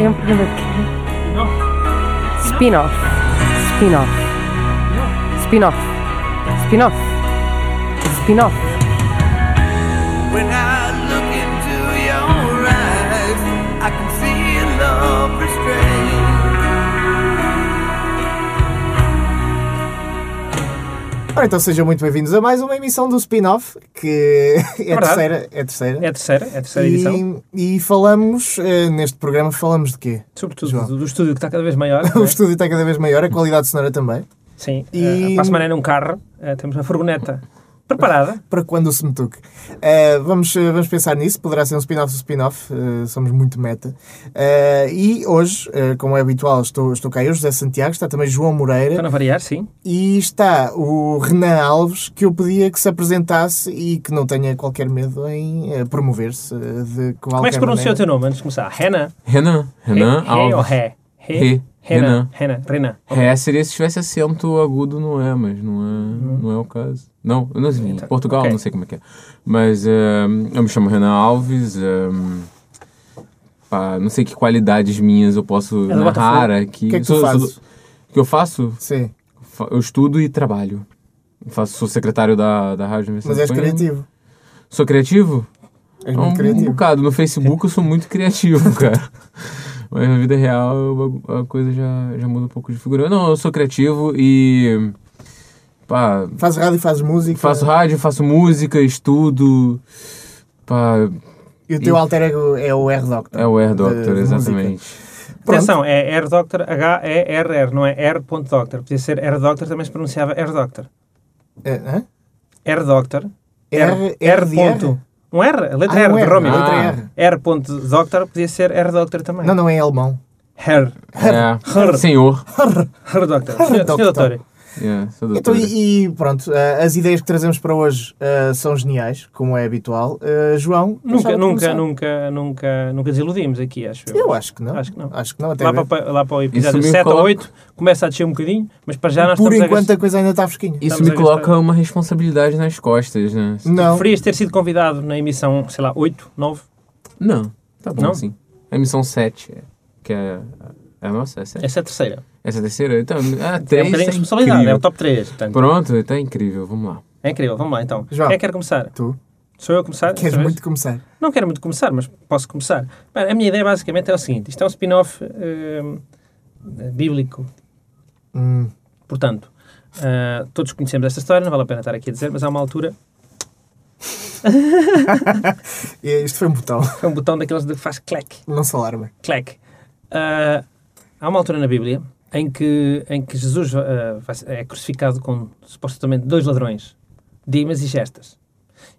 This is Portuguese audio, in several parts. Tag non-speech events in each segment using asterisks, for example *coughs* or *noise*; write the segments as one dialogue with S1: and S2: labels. S1: Empreendedor quê? Spin-off. Spin-off. Spin-off. Spin-off. Spin-off.
S2: When I look into your eyes, I can see a love restrained.
S3: Ora, então sejam muito bem-vindos a mais uma emissão do spin-off, que *laughs* é a
S4: Verdade.
S3: terceira. É a terceira.
S4: É a terceira, é a terceira edição.
S3: e, e falamos, eh, neste programa, falamos de quê?
S4: Sobretudo
S3: João.
S4: do, do estúdio que está cada
S3: *laughs*
S4: vez maior.
S3: O
S4: não é?
S3: estúdio está cada vez maior, a qualidade sonora também.
S4: Sim.
S3: E-
S4: eh, para a semana é num carro, eh, temos uma furgoneta preparada.
S3: Para quando se me toque. Eh, vamos, eh, vamos pensar nisso, poderá ser um spin-off do spin-off, eh, somos muito meta. Eh, e hoje, eh, como é habitual, estou, estou cá eu, José Santiago, está também João Moreira.
S4: Para Tá, não variar, sim.
S3: E está o Renan Alves, que eu pedia que se apresentasse e que não tenha qualquer medo em eh, promover-se eh, de qualquer
S4: Como é que se pronuncia o
S3: maneira.
S4: teu nome antes de começar? Renan?
S5: Renan, Renan
S4: Re- Re ou
S5: Alves.
S4: Ré?
S5: Re.
S4: Renan.
S5: Renan.
S4: Renan. Renan.
S5: Ré seria se tivesse acento agudo, não é, mas não
S3: Uhum.
S5: é, não é o caso. Não, eu não sei, em
S4: Então,
S5: Portugal,
S4: ok.
S5: não sei como é que é. Mas eh, eu me chamo Renan Alves. eh, pá, não sei que qualidades minhas eu posso
S4: É do
S5: narrar
S4: Botafogo.
S5: aqui.
S3: O que é que
S5: Sou-
S3: tu
S5: sou do-
S3: fazes?
S5: O que eu faço?
S3: Sim,
S5: Fa- Eu estudo e trabalho. Eu faço, sou secretário da, da Rádio
S3: mas
S5: Universidade
S3: és
S5: de Coimbra.
S3: criativo.
S5: Sou criativo?
S3: És
S5: É um
S3: muito criativo.
S5: bocado. No Facebook eu sou
S3: *laughs*
S5: muito criativo, cara. Mas na vida real o bagu- a coisa já, já muda um pouco de figura. Não, eu sou criativo e. Pá,
S3: Faz rádio e faz música.
S5: faço rádio, faço música, estudo. Pá,
S3: E o teu alter ego é o R Doctor.
S5: é o Air
S3: de- de
S5: Doctor,
S3: música.
S5: exatamente.
S3: Pronto.
S4: Atenção, é Air Doctor, H-E-R-R, não é R.Doctor. Podia ser Air Doctor, também se pronunciava Air Doctor.
S3: É, hã?
S4: Air Doctor.
S3: R- R de
S4: ponto. Um R, letra
S3: Ah,
S4: R
S3: um
S4: de
S3: R,
S4: Romeo.
S3: letra
S5: Ah.
S3: R.
S4: R. ponto Doctor podia ser R Doctor também.
S3: Não, não é em alemão.
S4: Her.
S5: É,
S4: Her.
S5: senhor.
S3: *laughs*
S4: Her Doctor. Senhor, senhor
S3: Doctor.
S4: doutor.
S5: É, sou
S3: Então,
S5: doutor.
S3: e, e pronto, eh, as ideias que trazemos para hoje eh, são geniais, como é habitual. Eh, João,
S4: Nunca,
S3: gostava de
S4: nunca,
S3: começar?
S4: nunca, nunca, nunca desiludimos aqui, acho eu.
S3: Eu acho que não.
S4: Acho que não.
S3: Acho que não, até
S4: Lá
S3: ver.
S4: para, lá para o episódio
S5: Isso me
S4: 7 ou
S5: coloca-
S4: 8 começa a descer um bocadinho, mas para já nós
S3: Por
S4: estamos
S3: enquanto
S4: a
S3: a coisa ainda está fresquinha.
S5: Isso
S4: Estamos
S5: me
S4: a
S5: coloca
S3: é
S4: gastar-
S5: uma responsabilidade nas costas, né?
S4: gastar...
S3: Não,
S4: Preferias ter sido convidado na emissão, sei lá, 8, 9?
S5: Não, tá bom
S4: Não?
S5: assim. A missão 7, é- que é. É a nossa, é 7.
S4: Essa é a terceira.
S5: Essa é a terceira? Então, a
S4: É um
S5: 3
S4: bocadinho de
S5: é
S4: responsabilidade, é
S5: incrível.
S4: o top 3. Portanto,
S5: Pronto, tá incrível, vamos lá.
S4: é incrível, vamos lá então.
S3: João.
S4: Quem é que quer começar?
S3: tu
S4: Sou eu a começar?
S3: queres
S4: desta vez?
S3: muito começar.
S4: Não quero muito começar, mas posso começar. Bem, a minha ideia basicamente é o seguinte: isto é um spin-off hum, bíblico,
S3: Hum,
S4: portanto, ah, todos conhecemos esta história, não vale a pena estar aqui a dizer, mas há uma altura
S3: e isto foi um botão, *laughs*
S4: é um botão daqueles de que faz clack,
S3: não se alarma.
S4: clack. Ah, há uma altura na Bíblia em que, em que Jesus ah, vai ser- é crucificado com supostamente dois ladrões, Dimas e Gestas.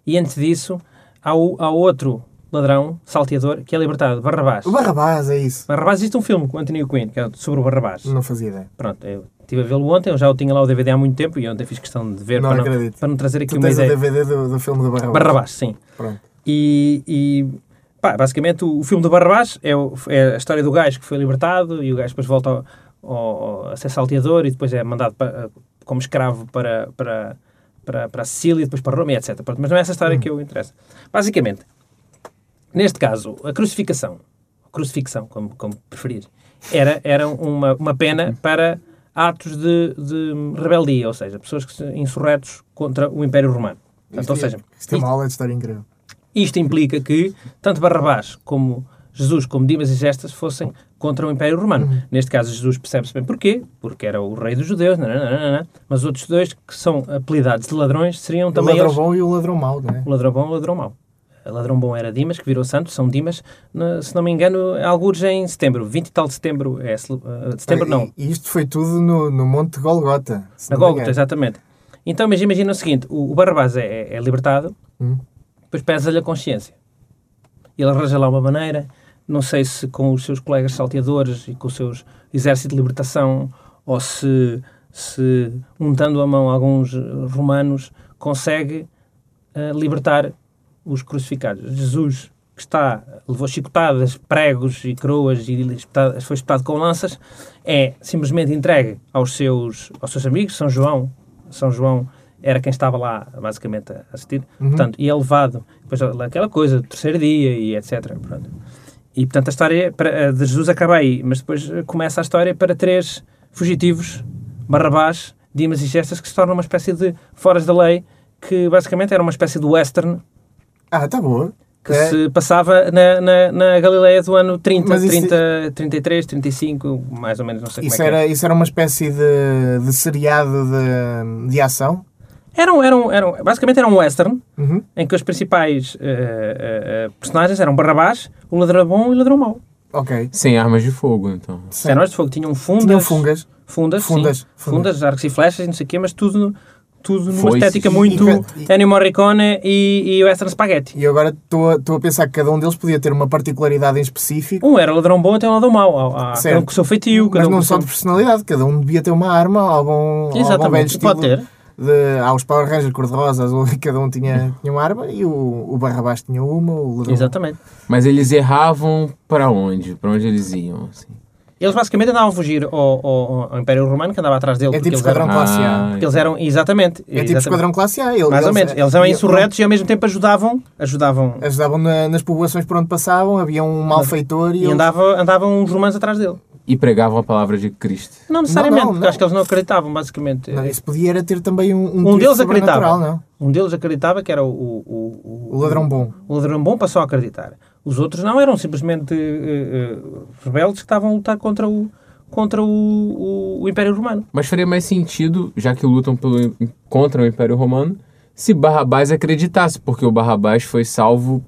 S4: E antes disso, há, o- há outro ladrão, salteador, que é libertado, Barrabás.
S3: O Barrabás é isso.
S4: Barrabás, existe um filme com Anthony Quinn que é sobre o Barrabás.
S3: Não fazia ideia.
S4: Pronto, eu estive a vê-lo ontem, eu já o tinha lá o DVD há muito tempo e ontem fiz questão de ver
S3: Não
S4: para, não,
S3: acredito.
S4: para não trazer aqui
S3: Tu
S4: uma
S3: tens o
S4: ideia.
S3: DVD do, do filme do Barrabás.
S4: Barrabás, sim.
S3: Pronto.
S4: E, e, pá, basicamente o, o filme do Barrabás é, o- é a história do gajo que foi libertado e o gajo depois volta ao, ao- a ser salteador e depois é mandado pa- como escravo para, para, para, para a Sicília, depois para Roma e etc. Pronto, mas não é essa
S3: Hum.
S4: história que eu interessa. Basicamente, neste caso, a crucificação, crucifixão, como, como preferir, era, era uma, uma
S3: Hum.
S4: pena para atos de, de rebeldia, ou seja, pessoas que se insurretos contra o Império Romano. Portanto, ou seja,
S3: Isto é uma aula de história incrível.
S4: isto implica que tanto Barrabás como Jesus, como Dimas e Gestas, fossem contra o Império Romano.
S3: Uhum.
S4: Neste caso, Jesus percebe-se bem porquê, porque era o rei dos judeus, nananana, mas outros dois que são apelidados de ladrões seriam
S3: O
S4: também
S3: ladrão
S4: eles.
S3: bom e o ladrão mau, não é?
S4: O ladrão bom e o ladrão mau. O ladrão bom era Dimas, que virou santo, São Dimas, na- se não me engano, alguns em setembro, 20 e tal de setembro, é, cele- eh, de setembro não,
S3: E isto foi tudo no, no Monte Golgota. se
S4: na
S3: não me
S4: Gólgota,
S3: engano.
S4: exatamente. Então, mas imagina o seguinte: o, o Barrabás é, é- é libertado,
S3: Hum.
S4: depois pesa-lhe a consciência. Ele arranja lá uma maneira, não sei se com os seus colegas salteadores e com os seus exércitos de libertação, ou se, se untando a mão alguns eh, romanos, consegue eh, libertar os crucificados. Jesus, que está, levou chicotadas, pregos e coroas e espetado- foi espetado com lanças, é simplesmente entregue aos seus, aos seus amigos, São João. São João era quem estava lá, basicamente, a assistir. Portanto, e é levado. Depois, aquela coisa, terceiro dia e etc. Pronto. E portanto a história para- a de Jesus acaba aí, mas depois eh, começa a história para três fugitivos, Barrabás, Dimas e Gestas, que se tornam uma espécie de foras da lei, que basicamente era uma espécie de western
S3: Ah, tá boa.
S4: que
S3: É.
S4: se passava na, na, na Galileia do ano 30,
S3: Mas isso-
S4: 30, 33, 35, mais ou menos, não sei
S3: Isso
S4: como é que
S3: era, isso era uma espécie de, de seriado de, de ação.
S4: é. Era um, era um, era um- basicamente era um western,
S3: Uhum.
S4: em que os principais eh, eh, eh, personagens eram Barrabás, o ladrão bom e o ladrão mau.
S3: Ok.
S5: Sem armas de fogo, então.
S4: Os heróis de fogo tinham fundas,
S3: Tinham fungas.
S4: fundas, sim.
S3: Fundas,
S4: fundas,
S3: fundas.
S4: arcos e flechas e não sei o quê, mas tudo, tudo numa
S5: Foices.
S4: estética muito
S3: E- e-
S4: Ennio Morricone e, e western spaghetti.
S3: E eu agora estou a- estou a pensar que cada um deles podia ter uma particularidade em específico,
S4: Um era ladrão bom, até um ladrão mau. Há- há- Cada um
S3: Certo.
S4: com o seu feitio, cada
S3: mas
S4: um com
S3: não
S4: o
S3: só
S4: seu...
S3: de personalidade. Cada um devia ter uma arma, algum, algum velho
S4: Exatamente,
S3: estilo.
S4: pode ter.
S3: De, há os Power Rangers cor-de-rosa, *laughs* azul, e cada um tinha, tinha uma arma e o, o Barrabás tinha uma, o Ladrão.
S4: Exatamente.
S5: Mas eles erravam pra onde? Pra onde eles iam? Assim?
S4: Eles basicamente andavam a fugir ao, ao- ao Império Romano, que andava atrás dele.
S3: É
S4: porque
S3: tipo
S4: eles eram,
S3: Esquadrão Classe A.
S4: porque eles eram- exatamente.
S3: É tipo
S4: exatamente.
S3: Esquadrão é. Classe A. Ele-
S4: Mais ou menos. Eles eram
S3: ele-
S4: insurretos e ao mesmo tempo ajudavam. Ajudavam.
S3: Ajudavam na- nas povoações por onde passavam, havia um malfeitor e,
S4: E
S3: eles-
S4: andava, andavam os romanos atrás dele.
S5: E pregavam a palavra de Cristo.
S4: Não necessariamente,
S3: não,
S4: porque
S3: não.
S4: acho que eles não acreditavam, basicamente.
S3: Não, isso podia era ter também um, um,
S4: Um
S3: twist
S4: deles
S3: sobrenatural,
S4: acreditava.
S3: não?
S4: Um deles acreditava que era o, o, o,
S3: O ladrão bom.
S4: O ladrão bom passou a acreditar. Os outros não, eram simplesmente eh, eh, rebeldes que estavam a lutar contra o, contra o, o- o Império Romano.
S5: Mas faria mais sentido, já que lutam pelo, contra o Império Romano, se Barrabás acreditasse, porque o Barrabás foi salvo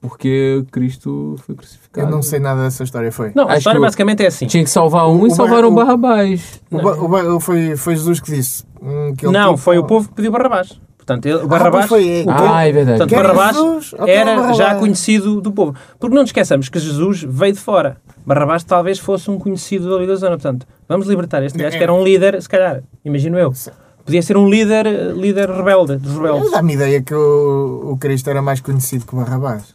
S5: porque Cristo foi crucificado.
S3: Eu não sei nada dessa história, foi.
S4: Não, a
S5: Acho
S4: história
S5: que o-
S4: basicamente é assim.
S5: Tinha que salvar um
S3: O
S5: e
S3: Bar-
S5: salvaram o
S3: o-
S5: Barrabás.
S3: O ba- o ba- foi, foi Jesus que disse. hum, que ele
S4: não,
S3: tipo-
S4: foi o povo que pediu Barrabás. Portanto, ele, o Barrabás,
S3: pois foi, é.
S4: o
S3: Ah,
S4: povo-
S5: Ah, é verdade.
S4: portanto,
S3: Quer
S4: Barrabás
S3: Jesus ou quer
S4: era
S3: Barrabás?
S4: já conhecido do povo. Porque não nos esqueçamos que Jesus veio de fora. Barrabás talvez fosse um conhecido ali da zona. Portanto, vamos libertar este gajo que era um líder, se calhar, imagino eu. Podia ser um líder, eh, líder rebelde, dos
S3: Eu
S4: rebeldes.
S3: Dá-me ideia que o, o Cristo era mais conhecido que o Barrabás.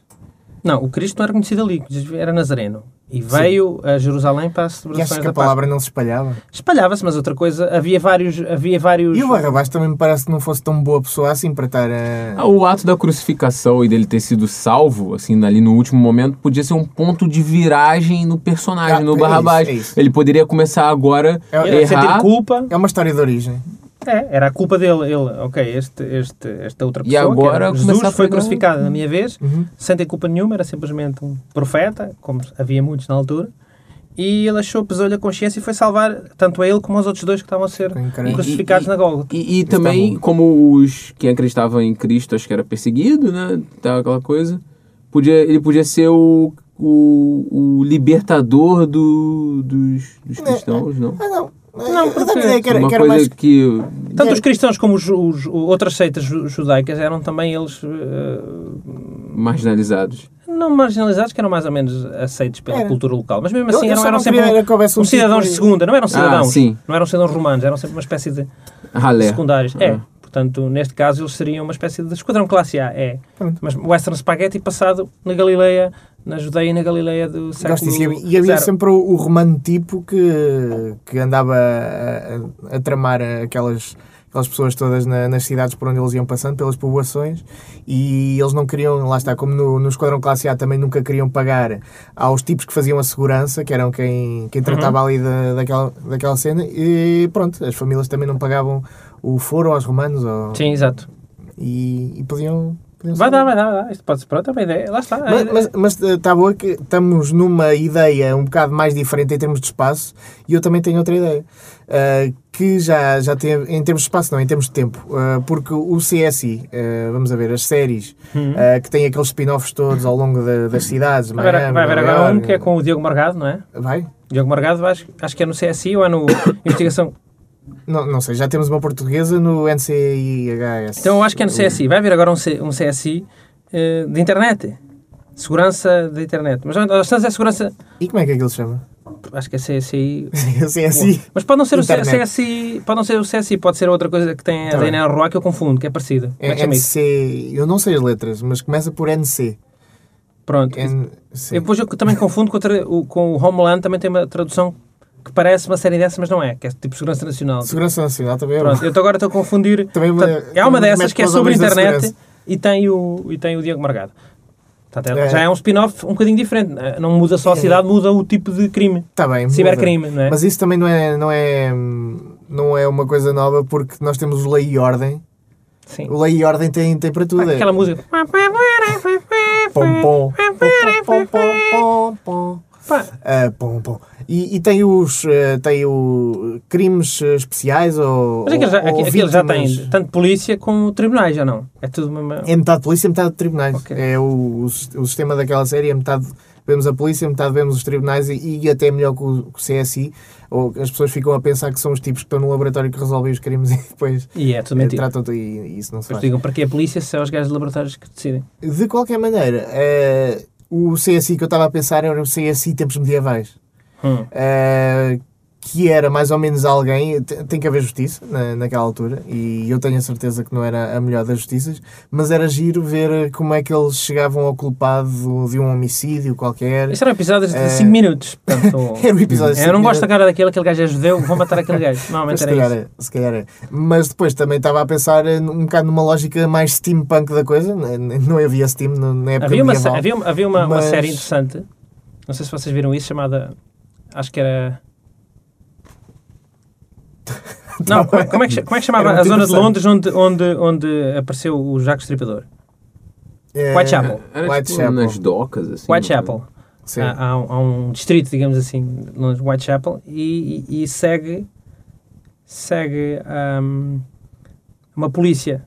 S4: Não, o Cristo não era conhecido ali, Jesus era nazareno. E veio a Jerusalém para as
S3: E achas
S4: celebrações
S3: que
S4: da
S3: a
S4: Páscoa.
S3: palavra não se espalhava?
S4: Espalhava-se, mas outra coisa, havia vários... Havia vários...
S3: E o Barrabás também me parece que não fosse tão boa pessoa assim para estar a.
S5: Ah, O ato da crucificação e dele ter sido salvo, assim, ali no último momento, podia ser um ponto de viragem no personagem,
S3: Ah, é
S5: no
S3: isso,
S5: Barrabás.
S3: é isso.
S5: Ele poderia começar agora
S3: É-
S5: a
S4: Ele sentir
S5: errar
S4: culpa,
S3: É uma história de origem.
S4: É, era a culpa dele. Ele, ok, este, este, esta outra
S5: E
S4: pessoa, que
S5: agora
S4: era
S5: começar a
S4: Jesus, foi
S3: um-
S5: pregar.
S4: crucificado na minha vez,
S3: Uhum.
S4: sem ter culpa nenhuma, era simplesmente um profeta, como havia muitos na altura, e ele achou, pesou-lhe a consciência e foi salvar tanto a ele como aos outros dois que estavam a ser
S3: Tem cara-
S4: crucificados
S5: E- e-
S4: na Gólgota.
S5: E, e também, como os quem acreditava em Cristo, acho que era perseguido, né? Tal, aquela coisa. Podia, ele podia ser o, o, o libertador do, dos, dos cristãos, não?
S3: Ah, não.
S4: Não,
S3: eu
S4: porque-
S3: dá-me ideia que era,
S5: Uma
S3: que era
S5: coisa
S3: mais.
S5: que.
S4: Tanto os cristãos como os, os- outras seitas ju- judaicas eram também eles eh,
S5: Marginalizados.
S4: não marginalizados, que eram mais ou menos aceitos pela
S3: Era.
S4: cultura local, mas mesmo
S3: Eu-
S4: assim
S3: eu
S4: eram,
S3: só
S4: eram
S3: não
S4: sempre
S3: queria era que houvesse um
S4: um cidadãos de
S3: tipo-
S4: segunda, não eram cidadãos,
S5: sim.
S4: não eram cidadãos romanos, eram sempre uma espécie de
S5: Ralé.
S4: secundários.
S5: Ah.
S4: É. Portanto, neste caso, eles seriam uma espécie de esquadrão classe A. É.
S3: Pronto.
S4: Mas western spaghetti passado na Galileia, na Judeia e na Galileia do século
S3: Gosto disso. E havia- E havia
S4: zero.
S3: sempre o, o romano tipo que, que andava a, a- a tramar aquelas, aquelas pessoas todas na- nas cidades por onde eles iam passando, pelas povoações, e eles não queriam, lá está, como no, no Esquadrão Classe A também nunca queriam pagar aos tipos que faziam a segurança, que eram quem, quem tratava ali da, daquela, daquela cena, e pronto, as famílias também não pagavam o foro aos romanos ou-
S4: Sim, exato.
S3: e, e podiam. podiam
S4: Vai
S3: sair.
S4: dar, vai dar, vai dar. Isto pode ser. Pronto, é uma ideia. Lá está.
S3: Mas- Mas mas, eh, tá boa que estamos numa ideia um bocado mais diferente em termos de espaço e eu também tenho outra ideia. eh, que já, já tem, em termos de espaço, não, em termos de tempo. eh, porque o CSI, eh, vamos a ver, as séries eh, que têm aqueles spin-offs todos ao longo da- das cidades.
S4: Uhum. Vai haver-
S3: Miami,
S4: vai haver
S3: Nova
S4: agora um
S3: Iorque.
S4: que é com o Diogo Morgado, não é?
S3: Vai?
S4: Diogo Morgado, acho, acho que é no CSI ou é no *coughs* Investigação.
S3: Não, não sei, já temos uma portuguesa no NCIHS.
S4: Então eu acho que é no CSI. Vai haver agora um, C- um CSI eh, de internet. Segurança da internet. Mas nós estamos a segurança.
S3: E como é que aquilo se chama? *laughs*
S4: Acho que é CSI
S3: o CSI.
S4: Mas pode não ser o
S3: Internet.
S4: CSI, pode não ser o CSI, pode ser outra coisa que tem a
S3: Tá bem.
S4: DNA Roa que eu confundo, que é parecida. Como é que
S3: É
S4: chama isso?
S3: NC. Eu não sei as letras, mas começa por NC.
S4: Pronto.
S3: NC.
S4: Eu depois eu também confundo com, a tra- o, com o Homeland, também tem uma tradução que parece uma série dessa, mas não é, que é tipo Segurança Nacional.
S3: Segurança Nacional também é
S4: Pronto, eu tô- agora estou a confundir.
S3: Também me-
S4: Portanto, é
S3: também
S4: uma
S3: me
S4: dessas
S3: mete
S4: que é
S3: com os
S4: sobre a
S3: homens da
S4: internet
S3: segurança.
S4: e tem, o, e tem o Diogo Margado. Portanto, é-
S3: É.
S4: já é um spin-off um bocadinho diferente. Não muda só a cidade, muda o tipo de crime.
S3: Está Tá bem.
S4: Cibercrime,
S3: muda.
S4: não é?
S3: Mas isso também não é, não, é, não é uma coisa nova porque nós temos o Lei e Ordem.
S4: Sim.
S3: O Lei e Ordem tem, tem para tudo. é-
S4: Aquela música.
S3: Pom, pom. Pom, pom, pom, pom, pom.
S4: Pá,
S3: Ah, pom, pom. E, e tem os eh, tem o crimes eh, especiais ou,
S4: mas aquilo já,
S3: ou
S4: aqui- aquilo já tem
S3: vítimas.
S4: tanto polícia como tribunais, já não? É tudo uma.
S3: É metade polícia, metade tribunais.
S4: Ok.
S3: É o, o, sis- o sistema daquela série, é metade vemos a polícia, metade vemos os tribunais e, e até melhor que o, que o CSI, ou as pessoas ficam a pensar que são os tipos que estão no laboratório que resolvem os crimes *laughs* e depois
S4: E é tudo
S3: eh,
S4: mentira.
S3: tratam-te e, e isso não se
S4: Depois
S3: faz.
S4: digam para que a polícia se é os gajos de laboratórios que decidem.
S3: De qualquer maneira, eh, o CSI que eu estava a pensar era o CSI tempos medievais.
S4: Hum.
S3: eh, que era mais ou menos alguém, te- tem que haver justiça na, naquela altura, e eu tenho a certeza que não era a melhor das justiças, mas era giro ver como é que eles chegavam ao culpado de um homicídio qualquer.
S4: Isso era um episódio de
S3: É.
S4: 5 minutos.
S3: *laughs*
S4: Portanto,
S3: Era um episódio de
S4: eu não
S3: cinco
S4: gosto da cara daquele, aquele gajo é judeu, vou matar
S3: *laughs*
S4: aquele gajo. Normalmente
S3: se
S4: era
S3: calhar, é,
S4: isso.
S3: se calhar é. Mas depois também estava a pensar eh, um bocado numa lógica mais steampunk da coisa. n- n- Não havia steam no- na época
S4: Havia uma,
S3: medieval.
S4: se- havia, uma- havia uma, uma
S3: mas-
S4: série interessante, não sei se vocês viram isso, chamada. Acho que
S3: *laughs*
S4: era. Não, como é, como é que, como é que chamava
S3: Tá Era
S4: a
S3: muito
S4: zona de
S3: interessante.
S4: Londres onde, onde, onde apareceu o Jaco Estripador?
S3: Eh,
S4: Whitechapel.
S5: Era
S3: Whitechapel.
S5: tipo nas docas, assim.
S4: Whitechapel.
S3: sim.
S4: Há, há um, há um distrito, digamos assim, de Londres, Whitechapel, e, e- e segue, segue hum, uma polícia.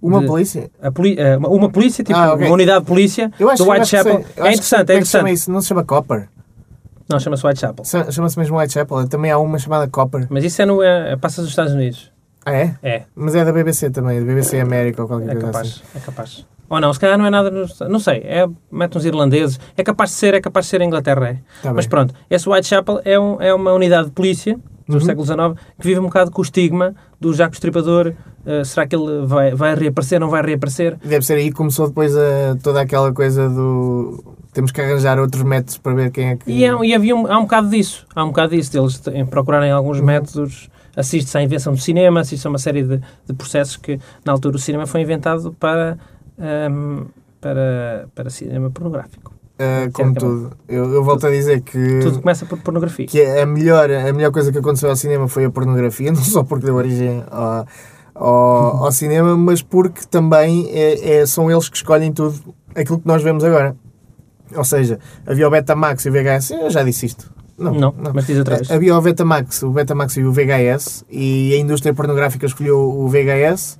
S3: Uma
S4: de-
S3: polícia?
S4: A poli- eh, uma- uma polícia, tipo
S3: Ah, ok.
S4: uma unidade de polícia
S3: Eu acho
S4: do
S3: que- eu acho que
S4: Whitechapel.
S3: sei- eu
S4: É
S3: acho que sei
S4: interessante,
S3: como
S4: é
S3: que se chama
S4: interessante.
S3: isso? Não se chama Copper.
S4: Não, chama-se Whitechapel.
S3: Se- Chama-se mesmo Whitechapel. Também há uma chamada Copper.
S4: Mas isso é no, é, passa nos Estados Unidos.
S3: Ah, é?
S4: É,
S3: Mas é da BBC também, da BBC América ou qualquer
S4: é
S3: coisa assim.
S4: capaz, é capaz. Ou não, se calhar não é nada nos, Não sei, é, mete uns irlandeses. É capaz de ser, é capaz de ser a Inglaterra, é.
S3: assim. Tá
S4: Mas
S3: bem.
S4: pronto, esse Whitechapel é, um, é uma unidade de polícia do
S3: Uhum.
S4: século XIX que vive um bocado com o estigma do Jaco Estripador. eh, será que ele vai, vai reaparecer, não vai reaparecer?
S3: Deve ser aí que começou depois a- toda aquela coisa do. Temos que arranjar outros métodos para ver quem é que.
S4: E, há, e havia um, há um bocado disso. Há um bocado disso, deles te- em procurarem alguns
S3: Uhum.
S4: métodos. Assiste-se à invenção do cinema, assiste-se a uma série de, de processos que, na altura, o cinema foi inventado para, ehm, para, para cinema pornográfico.
S3: Ah, como tudo. Eu, eu volto a dizer que.
S4: é Tudo começa por pornografia.
S3: que a melhor, a melhor coisa que aconteceu ao cinema foi a pornografia, *laughs* não só porque deu origem ao,
S4: *laughs*
S3: ao, ao cinema, mas porque também é, é- são eles que escolhem tudo aquilo que nós vemos agora. Ou seja, havia o Betamax e o VHS, eu já disse isto. Não,
S4: Não, É- mas diz outra vez.
S3: Havia o Betamax, o Betamax e o VHS, e a indústria pornográfica escolheu o VHS.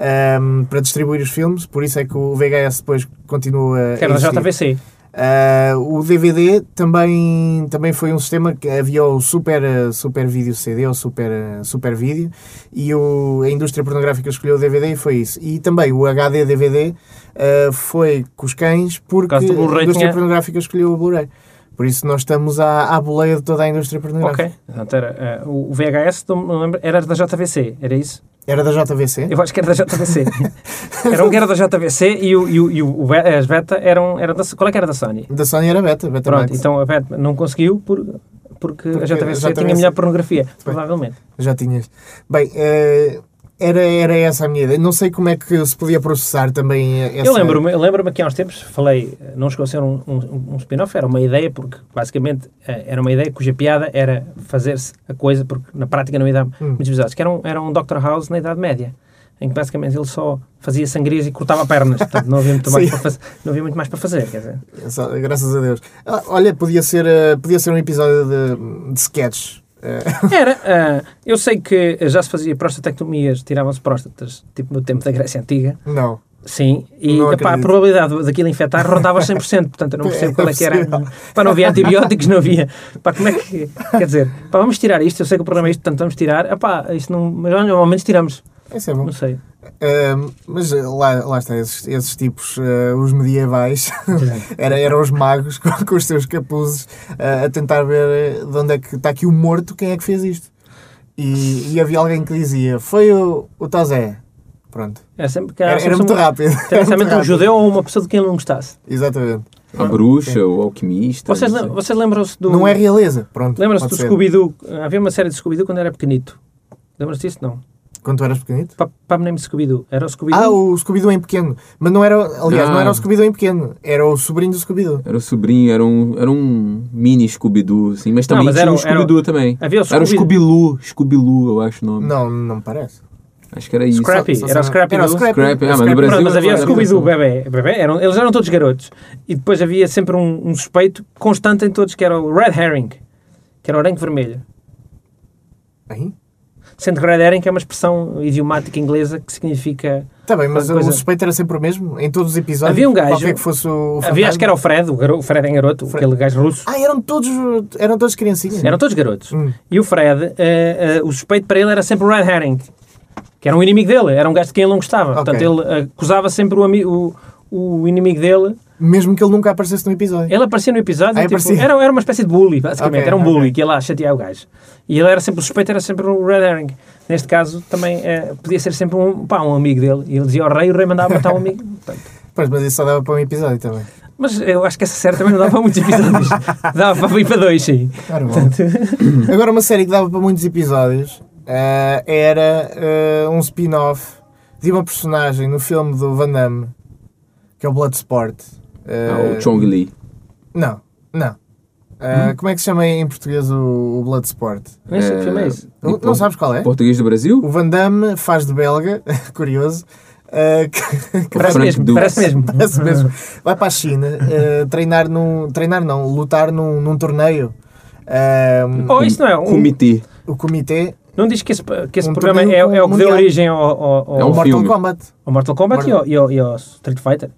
S3: ahm, um, para distribuir os filmes, por isso é que o VHS depois continua a
S4: Que era da
S3: existir.
S4: JVC.
S3: Ah, o DVD também, também foi um sistema que havia o Super, eh, super Vídeo CD ou Super, eh, super Vídeo e o- a indústria pornográfica escolheu o DVD e foi isso. E também o HD DVD ah, foi com os cães porque
S4: causa do Blu-ray
S3: a indústria
S4: tinha-
S3: pornográfica escolheu o Blu-ray. Por isso nós estamos à, à boleia de toda a indústria pornográfica.
S4: Ok. Portanto, era, eh, o VHS, não me lembro, era da JVC, era isso?
S3: Era da JVC?
S4: Eu acho que era da *laughs* JVC. era um que era da JVC e, o, e, o, e o, be- as beta eram. Era da, qual é que era da Sony?
S3: Da Sony era Beta, Beta
S4: Pronto, então a beta não conseguiu por- porque, a
S3: Porque
S4: JVC,
S3: a
S4: tinha
S3: JVC.
S4: melhor pornografia, provavelmente.
S3: Já tinhas. Bem, eh, era, era essa a minha ideia. Não sei como é que se podia processar também essa...
S4: Eu lembro-me eu lembro-me que há uns tempos falei, eh, não chegou a ser um, um, um spin-off, era uma ideia, porque basicamente eh, era uma ideia cuja piada era fazer-se a coisa, porque na prática não ia dar muitos episódios, que era um, era um Dr. House na Idade Média, em que basicamente ele só fazia sangrias e cortava pernas, portanto não havia muito mais
S3: Sim.
S4: para fazer, não havia muito mais para fazer, quer dizer.
S3: Só- graças a Deus. Ah, Olha, podia ser, eh, podia ser um episódio de, de sketch. Eh, *laughs*
S4: Era, ah, eu sei que já se fazia prostatectomias, tiravam-se próstatas, tipo no tempo da Grécia Antiga,
S3: não.
S4: Sim, e
S3: Não
S4: epá, a
S3: acredito.
S4: probabilidade daquilo infectar rondava 100%, portanto eu não
S3: *laughs*
S4: percebo
S3: É
S4: qual é que era.
S3: possível.
S4: *laughs* Pá, não havia antibióticos, não havia. Pá, como é que. Quer dizer, pá, vamos tirar isto, eu sei que o programa é isto, portanto vamos tirar. Epá, isto não. Mas olha, ao menos tiramos,
S3: Isso é bom.
S4: não sei.
S3: Eh, mas eh, lá, lá está, esses, esses tipos, eh, os medievais, *laughs* era, eram os magos *laughs* com, com os seus capuzes eh, a tentar ver eh, de onde é que está aqui o morto, quem é que fez isto. E, e havia alguém que dizia: Foi o, o Tazé. Pronto.
S4: Era É sempre que
S3: Era, era muito rápido. *laughs* Era muito
S4: Especialmente um
S3: rápido.
S4: judeu ou uma pessoa de quem ele não gostasse.
S3: Exatamente.
S5: A bruxa, o alquimista.
S4: Vocês,
S5: não
S4: lem-
S5: sei.
S4: vocês lembram-se do.
S3: Não é realeza. Pronto.
S4: Lembram-se
S3: pode
S4: do
S3: ser.
S4: Scooby-Doo? Havia uma série de Scooby-Doo quando era pequenito. Lembram-se disso? Não.
S3: Quando tu eras pequenito?
S4: Pá, pá, me lembro de Scooby-Doo. Era o Scooby-Doo?
S3: Ah, o Scooby-Doo em pequeno. Mas não era, aliás, não
S5: Ah.
S3: era o Scooby-Doo em pequeno, era o sobrinho do Scooby-Doo.
S5: Era o sobrinho, era um, era um mini Scooby-Doo, assim, mas também
S4: mas
S5: tinha
S4: era
S5: um
S4: o- era o-
S5: Scooby-Doo também.
S4: Havia o
S5: Era o
S4: Scooby-Doo.
S5: Scooby-Loo, Scooby-Loo, eu acho o nome.
S3: Não, não me parece.
S5: Acho que era isso.
S4: Scrappy.
S3: Só- só-
S4: Era o Scrappy
S3: Era o
S4: do-
S3: Scrappy.
S5: Scrappy, ah, mas no
S3: Scrappy.
S5: Brasil-
S4: Pronto, mas havia o
S5: era
S4: Scooby-Doo,
S5: assim.
S4: bebê. bebê eram, eles eram todos garotos. E depois havia sempre um, um suspeito constante em todos, que era o Red Herring, que era o orango vermelho.
S3: Hein?
S4: Sendo que Red Herring é uma expressão idiomática inglesa que significa...
S3: Tá bem, mas
S4: Coisa-
S3: o suspeito era sempre o mesmo, em todos os episódios.
S4: Havia um gajo-
S3: Qualquer que fosse o. o
S4: Havia, acho que era
S3: fantasma.
S4: o Fred, o, garo, o Fred em garoto,
S3: Fred.
S4: aquele gajo russo.
S3: Ah, eram todos, eram todos criancinhas.
S4: Eram todos garotos.
S3: Hum.
S4: E o Fred, eh, eh, o suspeito para ele era sempre o Red Herring, que era um inimigo dele, era um gajo de quem ele não gostava.
S3: Ok.
S4: Portanto, ele eh, acusava sempre o, ami- o, o inimigo dele.
S3: Mesmo que ele nunca aparecesse no episódio.
S4: Ele aparecia no episódio,
S3: Ah,
S4: tipo,
S3: aparecia.
S4: era, era uma espécie de bully, basicamente.
S3: Ok,
S4: era um bully
S3: ok.
S4: que ia lá chatear o gajo. E ele era sempre, o suspeito era sempre o Red Herring. Neste caso, também eh, podia ser sempre um, pá, um amigo dele. E ele dizia ao rei, o rei mandava matar
S3: *laughs*
S4: um amigo. Portanto,
S3: Pois, mas isso só dava para um episódio também.
S4: mas eu acho que essa série também não dava para
S3: *laughs*
S4: muitos episódios. dava para ir para dois, sim.
S3: Ora bom. Agora, uma série que dava para muitos episódios eh, era eh, um spin-off de uma personagem no filme do Van Damme, que é o Bloodsport. Eh,
S5: Ah, o Chong Li.
S3: Não, não.
S4: Hum?
S3: Eh, Como é que se chama em português o, o Bloodsport?
S4: Mas que
S3: Eh,
S4: filme é esse?
S3: Não, não sabes qual é?
S5: Português do
S3: O
S5: Brasil?
S3: Van Damme faz de belga, *laughs* curioso. eh, que- *laughs* que
S4: Parece
S5: Frank
S4: mesmo,
S5: Dux.
S4: parece mesmo.
S3: Parece mesmo. Vai para a China eh, treinar num. Treinar não, lutar num, num torneio. Eh,
S4: Oh, isso não é um-
S5: Comitê.
S3: o comitê
S4: Não diz que esse, que esse
S3: Um
S4: programa é,
S3: torneio
S4: é o que deu
S3: mundial.
S4: origem ao, ao, ao-
S5: É um
S3: Mortal
S5: filme.
S3: Kombat.
S4: ao Mortal Kombat
S3: Mortal-
S4: e, ao, e, ao, e ao Street Fighter.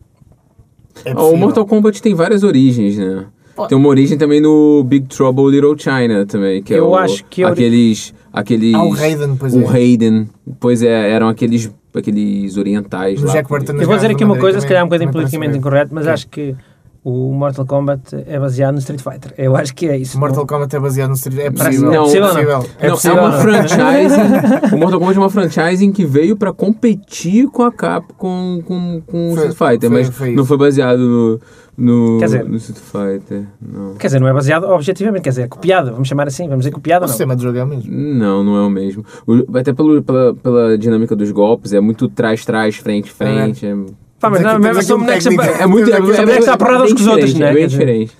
S3: É
S5: Ah, o
S3: possível.
S5: Mortal Kombat tem várias origens, né?
S3: Pô.
S5: Tem uma origem também no Big Trouble Little China também, que é
S4: Eu
S5: o,
S4: acho que a ori-
S5: aqueles aqueles
S3: Ah, o Raiden, pois
S5: o
S3: é.
S5: Raiden, pois é, eram aqueles aqueles orientais
S3: Do
S5: lá.
S3: Jack Burton.
S4: Eu vou dizer
S3: Mas
S4: aqui uma
S3: Madrid
S4: coisa, se
S3: também-
S4: calhar
S3: também
S4: um bocadinho
S3: parece
S4: politicamente
S3: bem.
S4: incorreto, mas
S3: Ok.
S4: acho que o Mortal Kombat é baseado no Street Fighter. Eu acho que é isso.
S3: Mortal
S4: não?
S3: Kombat é baseado no street. É
S5: Parece-
S3: possível.
S5: não,
S3: é
S4: possível,
S3: possível.
S5: Não, é,
S4: possível,
S5: uma
S3: *laughs*
S4: né?
S5: franchise. o Mortal Kombat é uma franchise que veio pra competir com a Capcom com, com, com o
S3: Foi-
S5: Street Fighter,
S3: foi-
S5: mas
S3: foi
S5: não
S3: isso.
S5: foi baseado no, no,
S4: Quer dizer-
S5: no Street Fighter. Não.
S4: Quer dizer, não é baseado objetivamente, quer dizer, é copiado, vamos chamar assim, vamos dizer copiado
S3: O
S4: ou não.
S3: sistema de jogo é o mesmo.
S5: Não, não é o mesmo. O- até pelo, pela, pela dinâmica dos golpes, é muito trás-trás, frente-frente. É,
S4: Pá, mas
S3: Temos
S4: não,
S3: aqui- temos
S4: mesmo
S3: aqui um
S4: assim, o boneco
S3: técnico.
S4: sempre-
S5: é muito. É,
S3: Temos aqui-
S5: é,
S4: Os bonecos se aproram uns
S5: bem
S4: com os outros,
S5: diferente,
S4: né?
S5: é bem
S4: Quer dizer-
S5: diferente.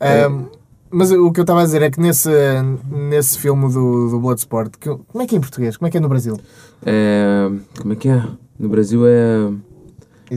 S5: É.
S3: Ahm, Eh, mas o que eu estava a dizer é que nesse, nesse filme do, do Bloodsport, que- como é que é em português? Como é que é no Brasil?
S5: É, como é que é? No Brasil é.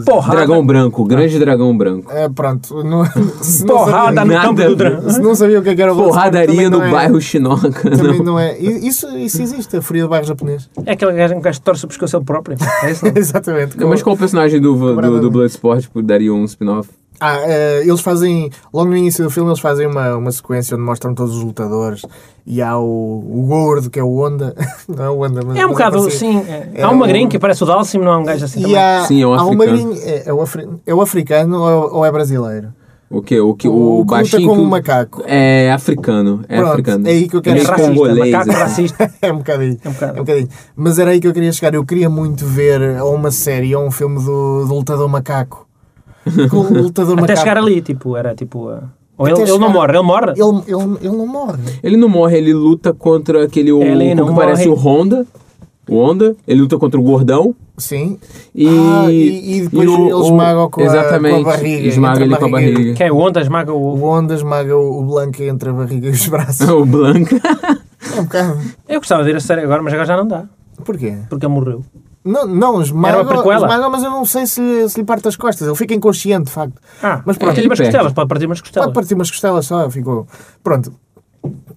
S4: Porrada.
S5: Dragão Branco, grande dragão branco.
S3: É, pronto. Não, *laughs* se não
S4: Porrada Tá no
S5: Nada
S4: campo do
S5: a ver.
S4: dragão.
S3: Se não sabia o que é que era o Bloodsport,
S5: Porradaria
S3: também
S5: no
S3: não é-
S5: bairro Chinoca.
S4: *laughs*
S3: Também
S5: não.
S3: não é. I- Isso, isso existe, a fúria do bairro japonês.
S4: É aquele gajo um gajo que torce o pescoço ele próprio.
S3: *laughs*
S4: É isso, não?
S3: Exatamente.
S5: Não, Mas qual personagem do, do, do
S3: Completamente.
S5: Bloodsport tipo, daria um spin-off?
S3: Ah, eh, eles fazem, logo no início do filme, eles fazem uma, uma sequência onde mostram todos os lutadores e há o, o gordo, que é o Honda. *laughs* Não é o Honda, mas.
S4: É
S3: mas
S4: um bocado
S3: parecido.
S4: assim. é- Há
S3: Era
S4: um magrinho
S3: um-
S4: que parece o Dalsim, não há um gajo assim
S3: E
S4: também.
S3: há,
S5: Sim, é um
S3: há um
S5: africano.
S3: magrinho- é, é o afri- é o africano ou é, ou é brasileiro?
S5: O que? O, que,
S3: O
S5: o,
S3: que luta
S5: baixinho.
S3: como
S5: que-
S3: um macaco.
S5: É africano. É
S3: Pronto,
S5: africano.
S3: é aí que eu quero
S5: meio
S3: chegar.
S4: racista,
S5: congolês,
S4: macaco
S5: assim.
S4: racista.
S3: *laughs* É um bocadinho.
S4: É um bocado.
S3: É um bocadinho. Mas era aí que eu queria chegar. Eu queria muito ver ou uma série ou um filme do, do Lutador
S4: *laughs*
S3: Macaco. Com o Lutador
S4: Até
S3: Macaco.
S4: chegar ali, tipo, era tipo. ah, Ou ele,
S3: Até
S4: ele não
S3: chegar-
S4: morre, ele morre.
S3: Ele, ele, ele não morre.
S5: Ele não morre, ele luta contra aquele. O,
S4: Ele
S5: como
S4: não
S5: que parece o
S4: morre.
S5: Honda. O Honda. Ele luta contra o gordão.
S3: Sim.
S5: E,
S3: Ah, e- e depois ele esmaga-o com a-
S5: Exatamente,
S3: com a barriga,
S5: Esmaga
S3: entre a
S5: ele com a
S3: barriga.
S5: barriga. *laughs*
S4: Quem é o Onda esmaga o.
S3: O Honda esmaga o, o Blanca entre a barriga e os
S4: *laughs*
S3: braços.
S5: o Blanca.
S3: É um bocado.
S4: Eu gostava de ir a série agora, mas agora já não dá,
S3: Porquê?
S4: porque ele morreu.
S3: Não, não esmaga,
S4: Era uma prequela?
S3: esmaga, mas eu não sei se, se lhe parte as costas. Ele fica inconsciente, de facto.
S4: Ah,
S3: Mas
S4: mas pronto,
S3: pronto,
S4: partir
S5: ele
S4: umas
S5: perde.
S4: costelas, pode partir umas
S3: é.
S4: costelas.
S3: Pode partir umas costelas só, ficou. Pronto.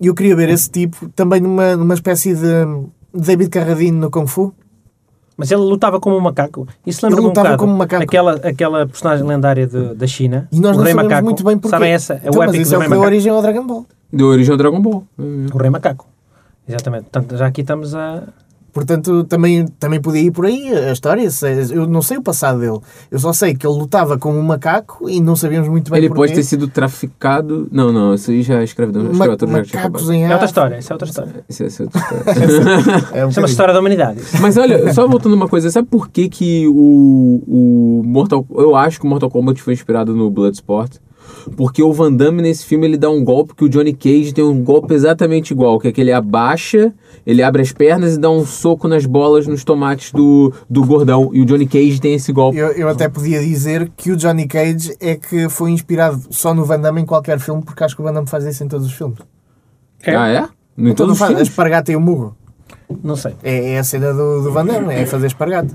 S3: E eu queria ver esse tipo também numa, numa espécie de David Carradine no Kung Fu.
S4: Mas ele lutava como um macaco. Isso lembra
S3: Ele lutava
S4: um bocado
S3: como um macaco.
S4: Aquela, aquela personagem lendária de- da China.
S3: E nós
S4: o
S3: não
S4: Rei
S3: sabemos
S4: Macaco.
S3: muito bem porquê.
S4: Sabem essa? É
S3: Então,
S4: o
S3: mas
S4: épico
S3: isso
S4: do
S3: é o
S4: Rei
S3: que deu
S4: Macaco.
S3: origem ao Dragon Ball.
S5: Deu origem ao Dragon Ball.
S4: O Rei Macaco. Exatamente. Portanto, já aqui estamos a.
S3: Portanto, também, também podia ir por aí a história. se- Eu não sei o passado dele. Eu só sei que ele lutava como um macaco e não sabíamos muito bem
S5: Ele
S3: porquê.
S5: pode ter sido traficado. Não, não, isso aí já é escravidão. a
S3: Ma-
S5: escravatura já tinha
S3: macacos
S5: acabado.
S3: em
S4: É outra
S3: África.
S4: história, isso é outra história.
S5: Esse-
S3: *laughs*
S5: esse é outro cara.
S3: É um
S4: Chama-se
S3: bocadinho.
S4: História da Humanidade. isso.
S5: Mas olha, só voltando uma coisa, sabe por que, que o, o Mortal Eu acho que o Mortal Kombat foi inspirado no Bloodsport? Porque o Van Damme nesse filme ele dá um golpe que o Johnny Cage tem um golpe exatamente igual, que é que ele abaixa, ele abre as pernas e dá um soco nas bolas, nos tomates do, do gordão. E o Johnny Cage tem esse golpe.
S3: Eu, eu até podia dizer que o Johnny Cage é que foi inspirado só no Van Damme em qualquer filme, porque acho que o Van Damme faz isso em todos os filmes.
S4: É?
S5: Ah, é? Em
S3: Então
S5: todos
S3: não
S5: os
S3: faz a
S5: filmes?
S3: espargata e o murro.
S4: Não sei.
S3: É, é a cena do, do Van Damme, é fazer espargata.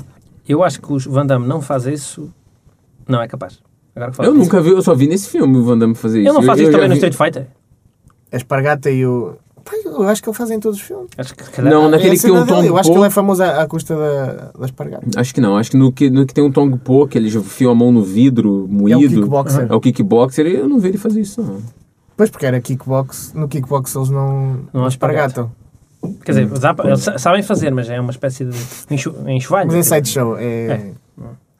S4: Eu acho que os Van Damme não faz isso. Não é capaz. Agora que falo
S5: Eu
S4: disso.
S5: nunca vi, eu só vi nesse filme o Van Damme fazer isso.
S4: Ele não faz isso
S5: já
S4: também no
S5: vi-
S4: Street Fighter?
S3: A espargata e o. Pá, Eu acho que ele faz em todos os filmes.
S4: Acho que se calhar-
S5: Não, né? Aquele
S3: É a
S5: que
S3: cena
S5: tem um
S3: dele,
S5: tom
S3: Eu acho que
S5: pouco.
S3: ele é famoso à, à custa da, da espargata.
S5: Acho que não, acho que no que, no que tem um Tong Po, que ele fiam a mão no vidro,
S3: É o
S5: moído.
S3: kickboxer.
S5: É o kickboxer, eu não vi ele fazer isso, não.
S3: Pois porque era kickbox, no kickbox eles não, não,
S4: há espargata.
S3: espargatam.
S4: Quer dizer, dá pra- eles sa- sabem fazer, mas é uma espécie de enxu, enxovalho.
S3: Hum. Mas é
S4: Fazem
S3: sideshow, é.
S4: É.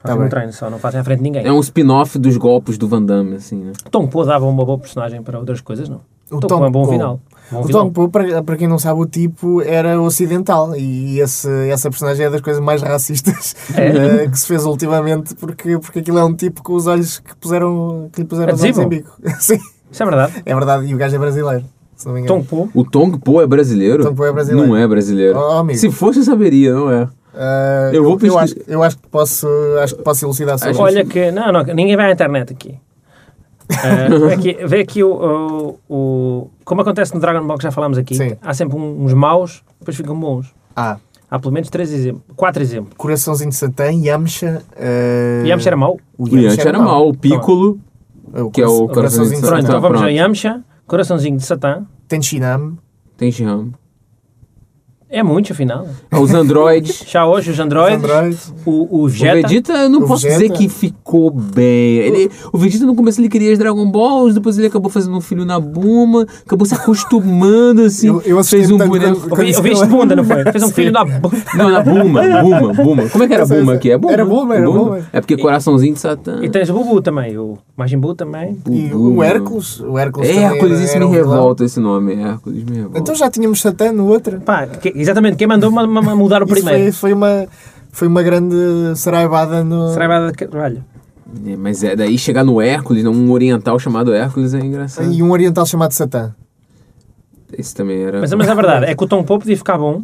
S3: tá
S4: um
S3: bem.
S4: treino só, não fazem à frente de ninguém.
S5: É um spin-off dos golpes do Van Damme, assim, né?
S4: Tom Poe dava uma boa personagem para outras coisas, não?
S3: O
S4: Tom
S3: Tom
S4: Poe é um bom
S3: Poe.
S4: final. Bom
S3: O
S4: vilão.
S3: Tom Poe, Então, para, para quem não sabe, o tipo era ocidental e esse, essa personagem é das coisas mais racistas
S4: *laughs*
S3: *laughs*
S4: É?
S3: eh, que se fez ultimamente, porque, porque aquilo é um tipo com os olhos que, puseram, que lhe puseram os olhos
S4: Adesivo?
S3: em bico. *laughs* Sim,
S4: Isso é verdade.
S3: é verdade, e o gajo é brasileiro, se não me engano.
S4: Tom Poe,
S5: O Tong Po é brasileiro?
S3: Tong Po é brasileiro.
S5: Não é brasileiro.
S3: Oh, amigo.
S5: Se fosse, eu saberia, não é?
S3: Eh,
S5: Eu vou
S3: eu,
S5: pesquisar.
S3: acho, eu acho que posso, acho que posso elucidar sobre
S4: olha que. Não, não, ninguém vai à
S3: *laughs*
S4: internet aqui. Ah, aqui- vê aqui o, o, o- Como acontece no Dragon Ball que já falámos aqui,
S3: Sim.
S4: há sempre um- uns maus, depois ficam bons.
S3: Ah,
S4: Há pelo menos três exemplos, quatro exemplos.
S3: Coraçãozinho de Satã, Yamcha. eh,
S4: E Yamcha era mau.
S3: o
S5: O Yanchi era mau.
S3: Tá.
S5: O Piccolo, que é
S3: Coraçãozinho
S5: o
S3: de
S4: Pronto,
S5: Coraçãozinho de
S3: Satã.
S5: Satã.
S4: então vamos a
S5: pronto.
S4: Yamcha, Coraçãozinho de Satã.
S3: Tem Shinam.
S5: tem Shiham.
S4: É muito, afinal.
S5: Os androides.
S4: Já hoje os androides,
S3: Androids.
S4: o, o *laughs*
S5: O
S4: Vegeta.
S5: Vegeta, eu não
S3: O
S5: posso
S3: Vegeta-
S5: dizer que ficou bem. Ele- o Vegeta no começo ele queria Dragon Balls, depois ele acabou fazendo um filho na Buma, acabou se acostumando assim.
S3: Eu- eu assisti
S5: fez um
S3: tanto
S5: boneco.
S3: quando-
S4: Eu vi- eu vi isto bunda, não
S3: *laughs*
S4: foi? Fez um filho da bunda.
S5: Não, na Buma, Buma, Buma. Como é que era
S3: Essa- essa-
S5: Buma aqui? É Buma?
S3: era Bulma, era Bulma.
S5: É porque coraçãozinho de Satã.
S4: E tens o Bubu também, o Majin Buu também.
S3: E o
S5: Bulma.
S3: Hércules. O Hércules. também
S5: É, Hércules,
S3: era-
S5: isso
S3: era
S5: me
S3: um vilão.
S5: assim revolta esse nome. é Hércules me revolta.
S3: Então já tínhamos Satã no outro.
S4: Pá, que- exatamente, quem mandou ma- ma- mudar o
S3: Isso foi,
S4: primeiro?
S3: foi uma. Foi uma grande saraivada no.
S4: Saraiva de Carvalho.
S5: É, mas é daí chegar no Hércules, né, um oriental chamado Hércules é engraçado.
S3: E um oriental chamado Satã.
S5: Esse também era.
S4: Mas, mas a verdade é que o Tom Pope podia ficar bom.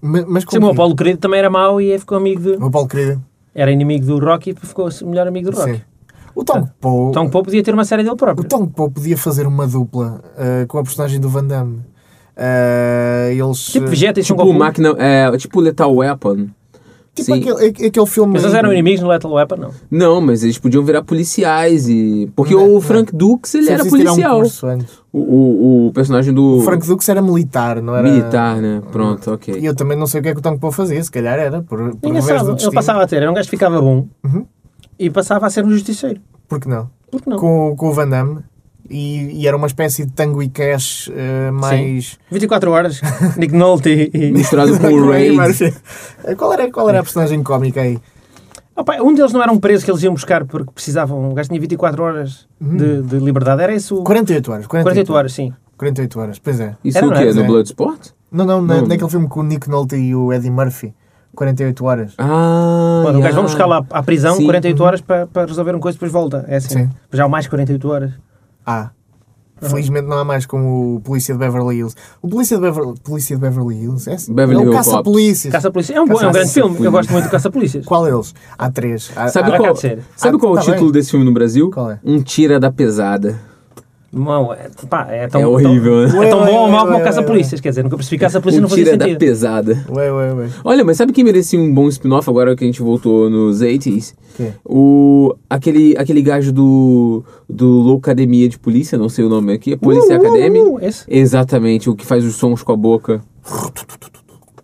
S3: Ma- Mas
S4: Sim,
S3: como.
S4: o Apolo querido também era mau e ficou amigo de.
S3: O Paulo querido.
S4: Era inimigo do Rocky e ficou o melhor amigo do Rocky.
S3: Sim. Então, O Tom Poe.
S4: O Tá. Tom Pope podia ter uma série dele
S3: O
S4: próprio.
S3: Tom Poe podia fazer uma dupla eh, com a personagem do Van Damme. Eh, eles.
S4: Tipo Vegeta e Son
S5: tipo
S4: Goku.
S5: máquina. É, tipo Lethal Weapon.
S3: Tipo
S5: Sim.
S3: aquele, a- aquele filme.
S4: Mas eles eram inimigos no Lethal Weapon, não.
S5: Não, mas eles podiam virar policiais e. Porque
S3: Não,
S5: o
S3: não.
S5: Frank Dukes ele
S3: Só
S5: era
S3: preciso tirar né. um
S5: policial.
S3: curso antes.
S5: o, o, o personagem do.
S3: O Frank Dux era militar, não era?
S5: Militar, né? Pronto, ok.
S3: E eu também não sei o que é que o Tom Poe fazia, se calhar era, por, por
S4: Ninguém
S3: revés
S4: sabe.
S3: um do destino.
S4: Ele passava a ter, era um gajo que ficava bom
S3: Uhum.
S4: e passava a ser um justiceiro.
S3: Por que não?
S4: Por que não?
S3: Com, com o Van Damme. E, e era uma espécie de tango e cash eh, mais...
S4: 24 horas, *laughs* Nick Nolte
S3: *laughs*
S4: e.
S5: Misturado com
S3: um
S5: o Raid.
S3: Eh, qual, era, qual era a personagem cómica aí?
S4: Opa, um deles não era um preso que eles iam buscar porque precisavam. O gajo tinha 24 horas de, de liberdade. Era isso?
S3: 48 horas.
S4: 48 horas, sim.
S3: 48 horas, pois é.
S5: Isso
S4: Era, um
S5: o
S4: não
S5: quê?
S4: era,
S5: No
S3: Zé?
S5: Bloodsport?
S3: Não, não, na-
S5: Não.
S3: naquele filme com o Nick Nolte e o Eddie Murphy. 48 horas.
S5: Ah.
S4: Quando o um gajo
S5: yeah.
S4: vão buscar lá à prisão
S5: Sim.
S4: 48 horas para, para resolver uma coisa e depois volta. É assim.
S3: Sim.
S4: Já há mais 48 horas.
S3: Ah. Felizmente não há mais como o Polícia de Beverly Hills. O Polícia de Beverly, polícia de Beverly Hills é,
S5: Beverly
S3: é o
S5: Hill
S3: caça-polícias.
S4: Caça-polícias. É um, bom- é um grande filme. Eu gosto muito do Caça-polícias.
S3: Qual deles? Há três. Há,
S5: Sabe
S3: há-
S4: cá
S5: qual,
S4: de ser.
S5: sabe
S3: Ah,
S5: qual é
S3: tá
S5: o título
S3: bem.
S5: desse filme no Brasil?
S3: Qual é?
S5: Um Tira da Pesada.
S4: Não, é, pá, é tão.
S5: É horrível,
S4: Tão,
S3: né?
S4: é tão bom ou mau como
S3: Ué,
S4: o
S3: ué,
S4: Caça-polícias. Quer dizer, nunca percebi Caça-polícias
S5: Um
S4: não fazia
S5: Tira da
S4: sentido.
S5: Pesada.
S3: Ué, ué, ué.
S5: Olha, mas sabe quem merecia um bom spin-off agora que a gente voltou nos 80s?
S3: Quem?
S5: O, aquele, aquele gajo do, do Loucademia de Polícia, não sei o nome aqui, é Polícia Academy.
S4: uh, esse?
S5: Exatamente, o que faz os sons com a boca.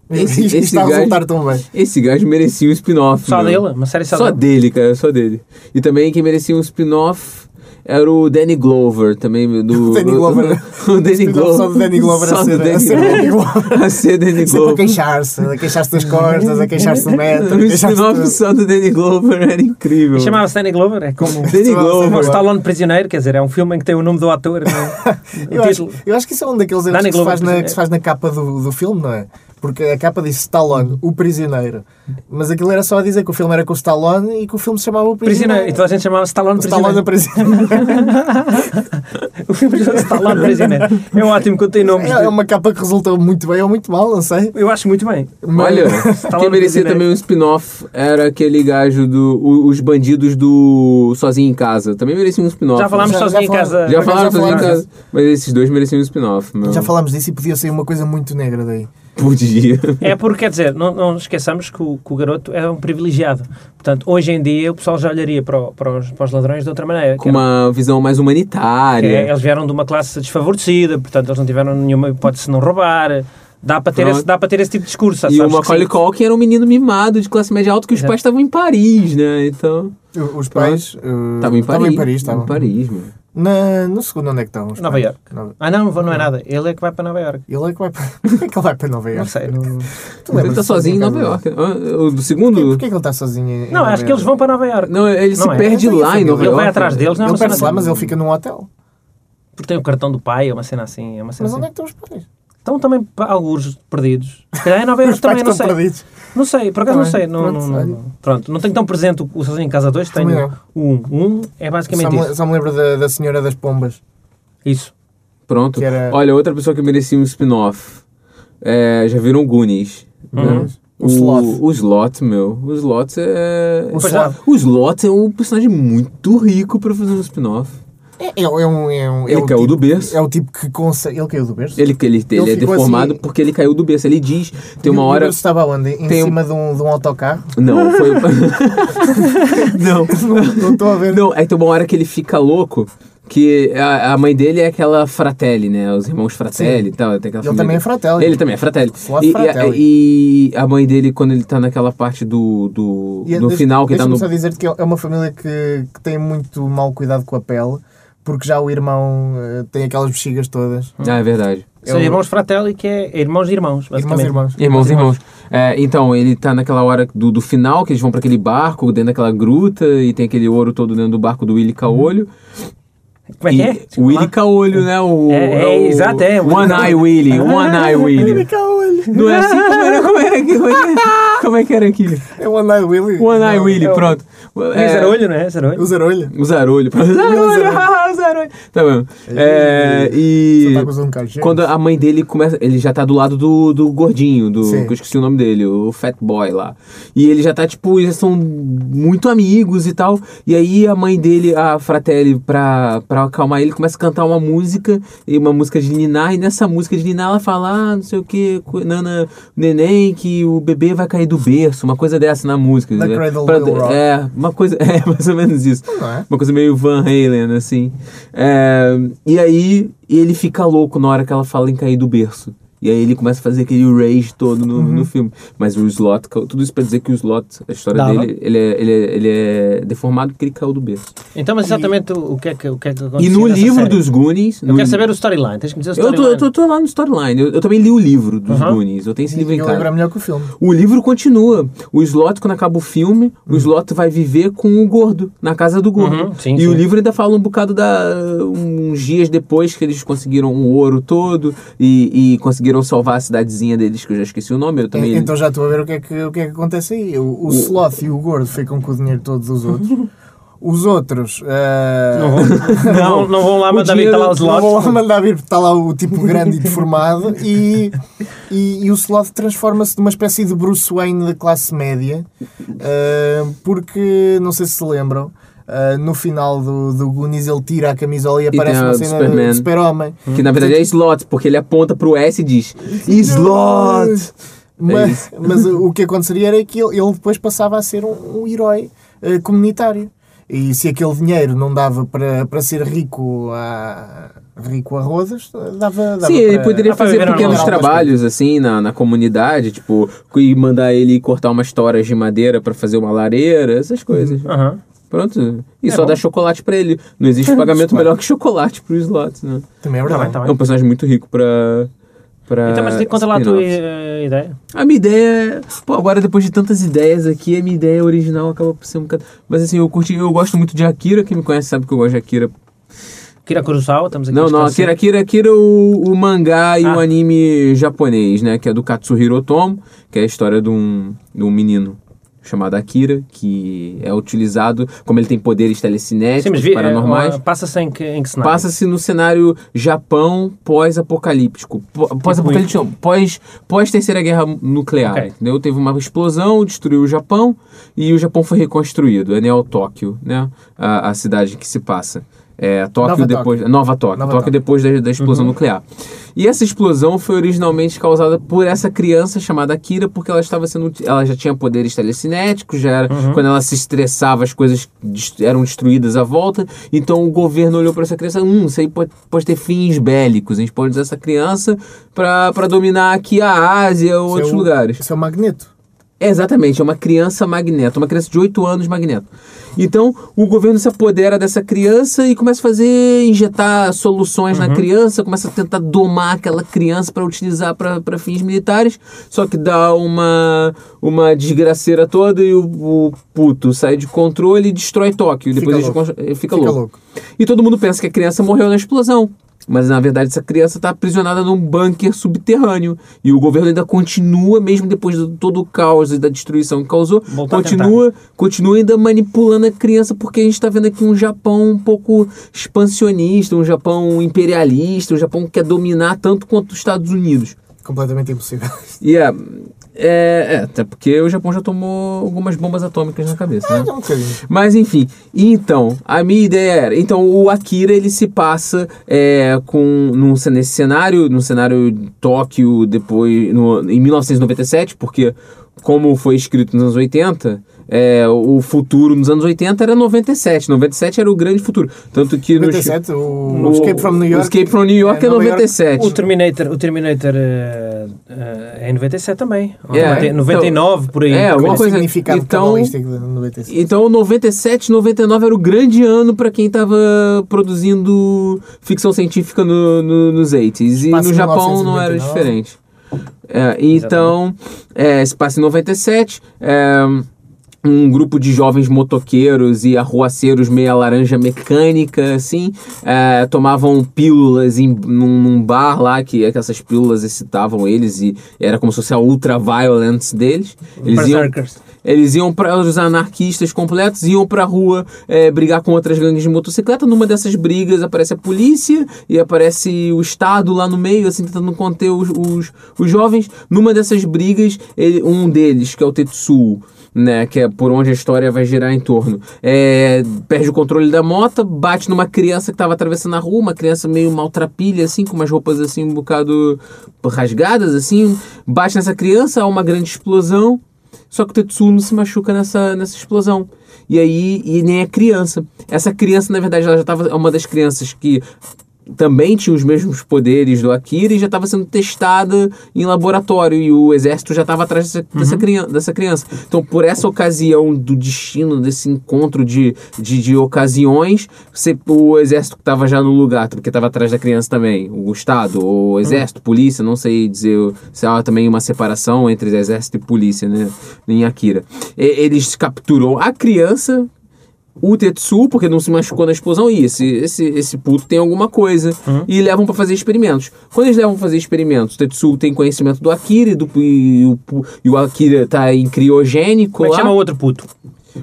S5: Esse-
S3: Isto
S5: esse
S3: está a
S5: gajo-
S3: resultar tão bem.
S5: Esse gajo merecia um spin-off.
S4: Só
S5: meu.
S4: dele? Uma série só,
S5: Só
S4: dele?
S5: dele, cara, só dele. E também quem merecia um spin-off era o Danny Glover, também
S3: *laughs*
S5: do...
S3: O Danny Glover. né?
S5: *laughs* o Danny Glover.
S3: Spin-off só do Danny Glover a
S5: Só do
S3: ser- né? a
S5: Danny
S3: ser Danny
S5: Glover.
S3: Glover.
S5: *laughs*
S3: é
S5: A ser Danny
S3: Sempre a
S5: Glover.
S3: queixar-se, a queixar-se das costas, a queixar-se do metro, a
S5: O
S3: queixar-se
S5: spin-off
S3: do...
S5: só do Danny Glover era incrível.
S4: E Chamava-se Danny Glover. É como.
S5: Danny
S4: Como o
S5: Glover.
S4: Stallone Prisioneiro, quer dizer, é um filme em que tem o nome do ator. não é? O
S3: Eu acho,
S4: título.
S3: eu acho que isso é um daqueles erros
S4: Danny
S3: que se, faz
S4: Glover,
S3: na, que se faz na capa do, do filme, não é? Porque a capa disse Stallone, o prisioneiro. Mas aquilo era só a dizer que o filme era com o Stallone e que o filme se chamava O
S4: Prisioneiro. E
S3: Prisioneiro.
S4: toda a gente chamava Stallone
S3: Stallone
S4: Prisioneiro.
S3: Prisioneiro.
S4: o filme chama *laughs* Stallone Prisioneiro. É um- ótimo quando tem nomes.
S3: É é uma capa que resultou muito bem ou muito mal, não sei.
S4: Eu acho muito bem.
S3: Mas-
S5: Olha,
S4: Stallone
S5: quem merecia
S4: Prisioneiro.
S5: também um spin-off era aquele gajo do. o- Os bandidos do Sozinho em Casa. Também merecia um spin-off.
S4: Já falámos
S3: Já- já
S4: sozinho em
S3: falamos.
S4: casa.
S5: Já
S3: Por acaso
S5: falaram
S3: já
S5: Sozinho em
S3: falaram.
S5: Casa. Mas esses dois mereciam um spin-off, meu.
S3: Já falámos disso e podia sair uma coisa muito negra daí.
S5: Podia.
S4: É porque, quer dizer, não, não esqueçamos que o, que o garoto é um privilegiado. Portanto, hoje em dia o pessoal já olharia para, o- para os, para os ladrões de outra maneira. que
S5: Com
S4: era-
S5: uma visão mais
S4: que é,
S5: humanitária.
S4: eles vieram de uma classe desfavorecida, portanto, eles não tiveram nenhuma hipótese de não roubar. Dá para ter,
S5: Pronto.
S4: esse, dá para ter esse tipo de discurso.
S5: E
S4: sabes
S5: o
S4: que
S5: Macaulay
S4: sim.
S5: Culkin era um menino mimado de classe média alta que os
S4: Exato.
S5: pais estavam em Paris, né? Então.
S3: O- Os pais. uh,
S5: Estavam
S3: Estavam em
S5: em Paris.
S3: Paris,
S5: Estavam
S3: estavam.
S5: em Paris, mano.
S3: Na, no segundo, onde é que estão? os
S4: Nova
S3: pais?
S4: Iorque.
S3: Nova-
S4: Ah, não, não é nada. Ele é que vai para Nova Iorque.
S3: Ele é que vai para. *laughs* Como é que ele vai para Nova
S4: Não
S3: Iorque?
S4: sei. Não,
S3: Tu
S5: Ele
S3: lembras-te
S5: tá sozinho em
S3: de
S5: Nova
S3: Iorque?
S5: York. Ah, O do
S3: Porquê,
S5: segundo?
S3: porquê que ele está sozinho em em
S4: não
S3: Nova
S4: acho que eles
S3: Iorque?
S4: vão para Nova Iorque.
S5: Não,
S4: Não
S5: ele se
S4: é.
S5: perde
S3: Ele tem
S5: lá em
S3: família.
S5: Nova
S4: ele
S5: York.
S4: vai atrás deles, não é
S3: Ele
S4: uma cena
S3: perde lá,
S4: assim.
S3: mas ele fica num hotel.
S4: Porque tem o cartão do pai, é uma cena assim. É uma cena
S3: Mas
S4: assim.
S3: onde é que estão os pais?
S4: Estão também para alguns perdidos. Se calhar em
S5: *laughs*
S4: Nova Iorque
S3: Os pais
S4: também, não
S3: estão
S4: sei.
S3: perdidos.
S4: Não sei, por acaso
S3: Tá
S4: não
S3: bem.
S4: sei. Não,
S3: Pronto,
S4: não- não-
S3: olha.
S4: pronto, não tenho tão presente o o Sozinho em Casa 2, tenho
S3: Também não.
S4: o 1. Um. um é
S3: Só
S4: basicamente
S3: me,
S4: isso.
S3: só me lembro da, da Senhora das Pombas.
S4: Isso.
S5: Pronto.
S3: Que era-
S5: Olha, outra pessoa que merecia um spin-off. É, já viram Goonies? né?
S4: Uhum.
S3: O Sloth.
S5: O Slot, meu. O Slot é.
S3: O
S4: Pois já.
S3: Sloth.
S5: O Slot é um personagem muito rico pra fazer um spin-off.
S3: É, é, é um, é um, é
S5: Ele
S3: o
S5: caiu
S3: tipo,
S5: do berço.
S3: É o tipo que consegue. Ele caiu do berço?
S5: Ele, ele, ele, é
S3: ficou
S5: deformado
S3: assim-
S5: porque ele caiu do berço. Ele diz, tem uma
S3: E o
S5: hora.
S3: berço estava onde? Em
S5: tem um-
S3: cima de, um, de um autocarro?
S5: Não,
S3: *laughs*
S5: foi. não.
S3: Não estou a ver.
S5: Não, é que tem uma hora que ele fica louco. Que a, a mãe dele é aquela fratelli, né? Os irmãos fratelli e tal. Tem aquela
S3: Ele também é fratelli.
S5: Ele também é fratelli.
S3: Só
S5: E, e-
S3: fratelli.
S5: e a mãe dele, quando ele tá naquela parte do. do
S3: E é
S5: no
S3: deixa-
S5: final, que tá
S3: deixa-me
S5: no.
S3: só dizer que é uma família que, que tem muito mau cuidado com a pele, porque já o irmão eh, tem aquelas bexigas todas.
S5: Ah, é verdade.
S4: São
S3: Eu-
S4: irmãos fratelli, que é irmãos de irmãos.
S3: Irmãos
S4: basicamente.
S3: e irmãos.
S5: Irmãos, irmãos. É, então, ele tá naquela hora do, do final, que eles vão pra aquele barco, dentro daquela gruta, e tem aquele ouro todo dentro do barco do Willy Caolho.
S4: Como é
S5: E
S4: que é? Desculpa
S5: O
S4: lá.
S5: Willy Caolho, né? O,
S4: É, é,
S5: o-
S4: exato, é.
S5: One Eye Willy, One
S4: *laughs*
S5: Eye Willy. Não é assim? Como era, como era aquilo? Como é que era aquilo?
S3: É o One Eye Willy.
S5: One Eye
S3: Não,
S5: Willy,
S4: é o-
S5: pronto.
S4: É zarolho, não é? Zarolho.
S3: O Zarolho.
S5: *laughs* O Zarolho. pronto. Zarolho, *laughs* ah, Zarolho. Tá bom. É,
S3: Só
S5: e...
S3: tá com os um cachê.
S5: Quando a mãe dele começa. Ele já tá do lado do, do gordinho, do.
S3: Sim.
S5: Que eu esqueci o nome dele, o Fat Boy lá. E ele já tá, tipo, eles são muito amigos e tal. E aí a mãe dele, a Fratelli, pra, pra acalmar ele, começa a cantar uma música, e uma música de Niná, e nessa música de Niná ela fala, ah, não sei o que, Nana, neném, que o bebê vai cair do berço, uma coisa dessa na música.
S3: The
S5: né?
S3: Cradle
S5: Pra-
S3: Will Rock.
S5: é, uma coisa. *laughs* É, mais ou menos isso.
S3: Não é?
S5: Uma coisa meio Van Halen, assim. É, e aí ele fica louco na hora que ela fala em cair do berço. E aí ele começa a fazer aquele rage todo no,
S4: Uhum.
S5: no filme. Mas o Slot, caiu- tudo isso pra dizer que o Slot, a história
S4: Dava.
S5: dele, ele é, ele, é, ele é deformado porque ele caiu do berço.
S4: Então, mas exatamente o, o que é que, o que, é que
S5: e
S4: aconteceu
S5: no
S4: nessa
S5: livro
S4: série?
S5: dos Goonies...
S4: Eu
S5: no
S4: quero
S5: li-
S4: saber o storyline. Tens que me dizer o
S5: Eu
S4: storyline. Uhum.
S5: tô, eu tô, tô lá no storyline. Eu, eu também li o livro dos
S4: Aham.
S5: Goonies. Eu tenho esse livro em
S3: Eu lembro é
S5: casa.
S3: melhor que o filme.
S5: O livro continua. O Slot, quando acaba o filme, o Slot vai viver com o gordo, na casa do gordo.
S4: Uhum, sim,
S5: e
S4: sim.
S5: o livro ainda fala um bocado da. uns dias depois que eles conseguiram o ouro todo e, e conseguiram salvar a cidadezinha deles, que eu já esqueci o nome, eu também.
S3: E- Então já estou a ver o que é que, o que, é que acontece aí. O, o Sloth e o Gordo ficam com o dinheiro de todos os outros.
S5: *laughs*
S3: Os outros. eh,
S4: Não vão, não vão- não vão lá
S5: O
S4: mandar vir tá
S5: dinheiro-
S4: lá os
S5: não
S3: Não vou
S4: lotes.
S3: lá mandar vir, está lá o tipo grande e
S5: *laughs*
S3: deformado. E, e, e o Sloth transforma-se numa espécie de Bruce Wayne da classe média. eh, porque, não sei se se lembram, eh, no final do, do Goonies ele tira a camisola e, aparece
S5: tem a
S3: uma
S5: do
S3: cena
S5: Superman.
S3: de Super-Homem.
S5: Que na verdade é Slot, porque ele aponta pro S e diz: Slot!
S3: Mas, *laughs* mas o que aconteceria era que ele, ele depois passava a ser um, um herói eh, comunitário. E se aquele dinheiro não dava para, para ser rico a, rico a rodas, dava, dava
S5: Sim, ele
S3: para- Ah,
S5: poderia
S4: dá pra
S5: fazer
S4: viver
S5: pequenos
S3: normal.
S5: trabalhos, assim, na, na comunidade, tipo, e mandar ele cortar umas toras de madeira pra fazer uma lareira, essas coisas.
S4: Aham.
S5: Pronto. E
S4: É
S5: só
S4: bom.
S5: dá chocolate pra ele. Não
S4: *laughs*
S5: existe pagamento melhor que chocolate pro slot, né?
S3: Também é
S4: Tá bem,
S3: verdade.
S4: tá
S5: É um
S4: bem.
S5: personagem muito rico pra. pra
S4: Então, mas conta lá a tua
S5: spin-offs.
S4: eh, ideia.
S5: A minha ideia. é- Pô, agora depois de tantas ideias aqui, a minha ideia original acaba por ser um bocado. Mas assim, eu curti. Eu gosto muito de Akira. Quem me conhece sabe que eu gosto de Akira.
S4: Kira Kurosawa, estamos aqui a
S5: Não, não,
S4: distanciar.
S5: Akira, Akira, Akira o, o mangá e
S4: Ah.
S5: o anime japonês, né? Que é do Katsuhiro Otomo, que é a história de um, de um menino chamado Akira, que é utilizado, como ele tem poderes
S4: Sim, mas
S5: telecinéticos,
S4: vi,
S5: paranormais,
S4: é, passa-se em que, em que cenário?
S5: passa-se no cenário Japão pós-apocalíptico. Po- Pós-apocalíptico, não, pós, pós-terceira guerra nuclear,
S4: Ok.
S5: entendeu? Teve uma explosão, destruiu o Japão e o Japão foi reconstruído. É Neo-Tóquio, né? A, a cidade que se passa. É, Tóquio
S3: Nova
S5: depois...
S3: Tóquio.
S5: Nova Tóquio.
S3: Nova Uhum.
S5: Tóquio
S3: Tóquio.
S5: depois da, da explosão nuclear. E essa explosão foi originalmente causada por essa criança chamada Akira, porque ela estava sendo. Ela já tinha poderes telecinéticos, já era.
S3: Uhum.
S5: Quando ela se estressava, as coisas dest- eram destruídas à volta. Então o governo olhou para essa criança: hum, isso aí pode, pode ter fins bélicos. A gente pode usar essa criança para dominar aqui a Ásia ou
S3: Isso é
S5: outros
S3: o-
S5: lugares.
S3: Isso é o magneto.
S5: É, exatamente, é uma criança magneto, uma criança de 8 anos magneto. Então, o governo se apodera dessa criança e começa a fazer, injetar soluções
S3: Uhum.
S5: na criança, começa a tentar domar aquela criança para utilizar para fins militares, só que dá uma, uma desgraceira toda e o, o puto sai de controle e destrói Tóquio.
S3: Fica
S5: Depois a gente
S3: louco.
S5: constrói- ele fica,
S3: Fica
S5: louco.
S3: louco.
S5: E todo mundo pensa que a criança morreu na explosão. Mas na verdade essa criança está aprisionada num bunker subterrâneo. E o governo ainda continua, mesmo depois de todo o caos e da destruição que causou,
S4: Voltou a
S5: continua, continua ainda manipulando a criança, porque a gente está vendo aqui um Japão um pouco expansionista, um Japão imperialista, um Japão que quer dominar tanto quanto os Estados Unidos.
S3: Completamente impossível. *laughs*
S5: E é, é, é, até porque o Japão já tomou algumas bombas atômicas na cabeça, né?
S3: É um bocadinho.
S5: Mas enfim, então, a minha ideia era. Então, o Akira ele se passa é, com, num, cen- nesse cenário, num cenário de Tóquio depois, no- em 1997, porque, como foi escrito nos anos 80, é, o futuro nos anos 80 era 97. 97 era o grande futuro. Tanto que nos-
S3: 97, o, o Escape from New
S5: o
S3: York.
S5: Escape from New York é,
S3: Nova York.
S5: 97.
S4: O Terminator, o Terminator eh, eh, é em 97 também. Ou
S5: É,
S4: 90
S5: então-
S4: 99 por aí.
S5: É,
S3: Qual
S5: alguma
S3: é o
S5: coisa-
S3: significado
S5: então-
S3: cabalístico de 97?
S5: Então, 97, 99 era o grande ano para quem tava produzindo ficção científica no, no- nos 80s. E
S3: Espaço
S5: no Japão não
S3: 1999.
S5: era diferente. É, então, é, se passa em 97. É, um grupo de jovens motoqueiros e arruaceiros meia laranja mecânica, assim, é, tomavam pílulas em, num, num bar lá, que, é que essas pílulas excitavam eles e era como se fosse a ultra-violence deles. Eles iam,
S4: Berserkers.
S5: eles iam para os anarquistas completos, iam pra rua é, brigar com outras gangues de motocicleta. Numa dessas brigas aparece a polícia e aparece o Estado lá no meio, assim, tentando conter os, os, os jovens. Numa dessas brigas, ele- um deles, que é o Tetsuo, né, que é por onde a história vai girar em torno. É, perde o controle da moto, bate numa criança que estava atravessando a rua, uma criança meio maltrapilha, assim, com umas roupas assim um bocado rasgadas, assim, bate nessa criança, há uma grande explosão. Só que o Tetsuo não se machuca nessa, nessa explosão. E aí, e nem é criança. Essa criança, na verdade, ela já estava. É uma das crianças que também tinha os mesmos poderes do Akira e já estava sendo testada em laboratório. E o exército já estava atrás dessa, dessa crian- dessa criança. Então, por essa ocasião do destino, desse encontro de, de, de ocasiões, você- o exército que estava já no lugar, porque estava atrás da criança também, o Estado, o exército, polícia, não sei dizer se há também uma separação entre exército e polícia, né? Em Akira. E- eles capturam a criança, o Tetsu, porque não se machucou na explosão, e esse, esse, esse puto tem alguma coisa.
S4: Uhum.
S5: E levam pra fazer experimentos. Quando eles levam pra fazer experimentos, o Tetsu tem conhecimento do Akira e, do, e, o, pu- e o Akira tá em criogênico.
S4: Como é que
S5: lá.
S4: chama o outro puto?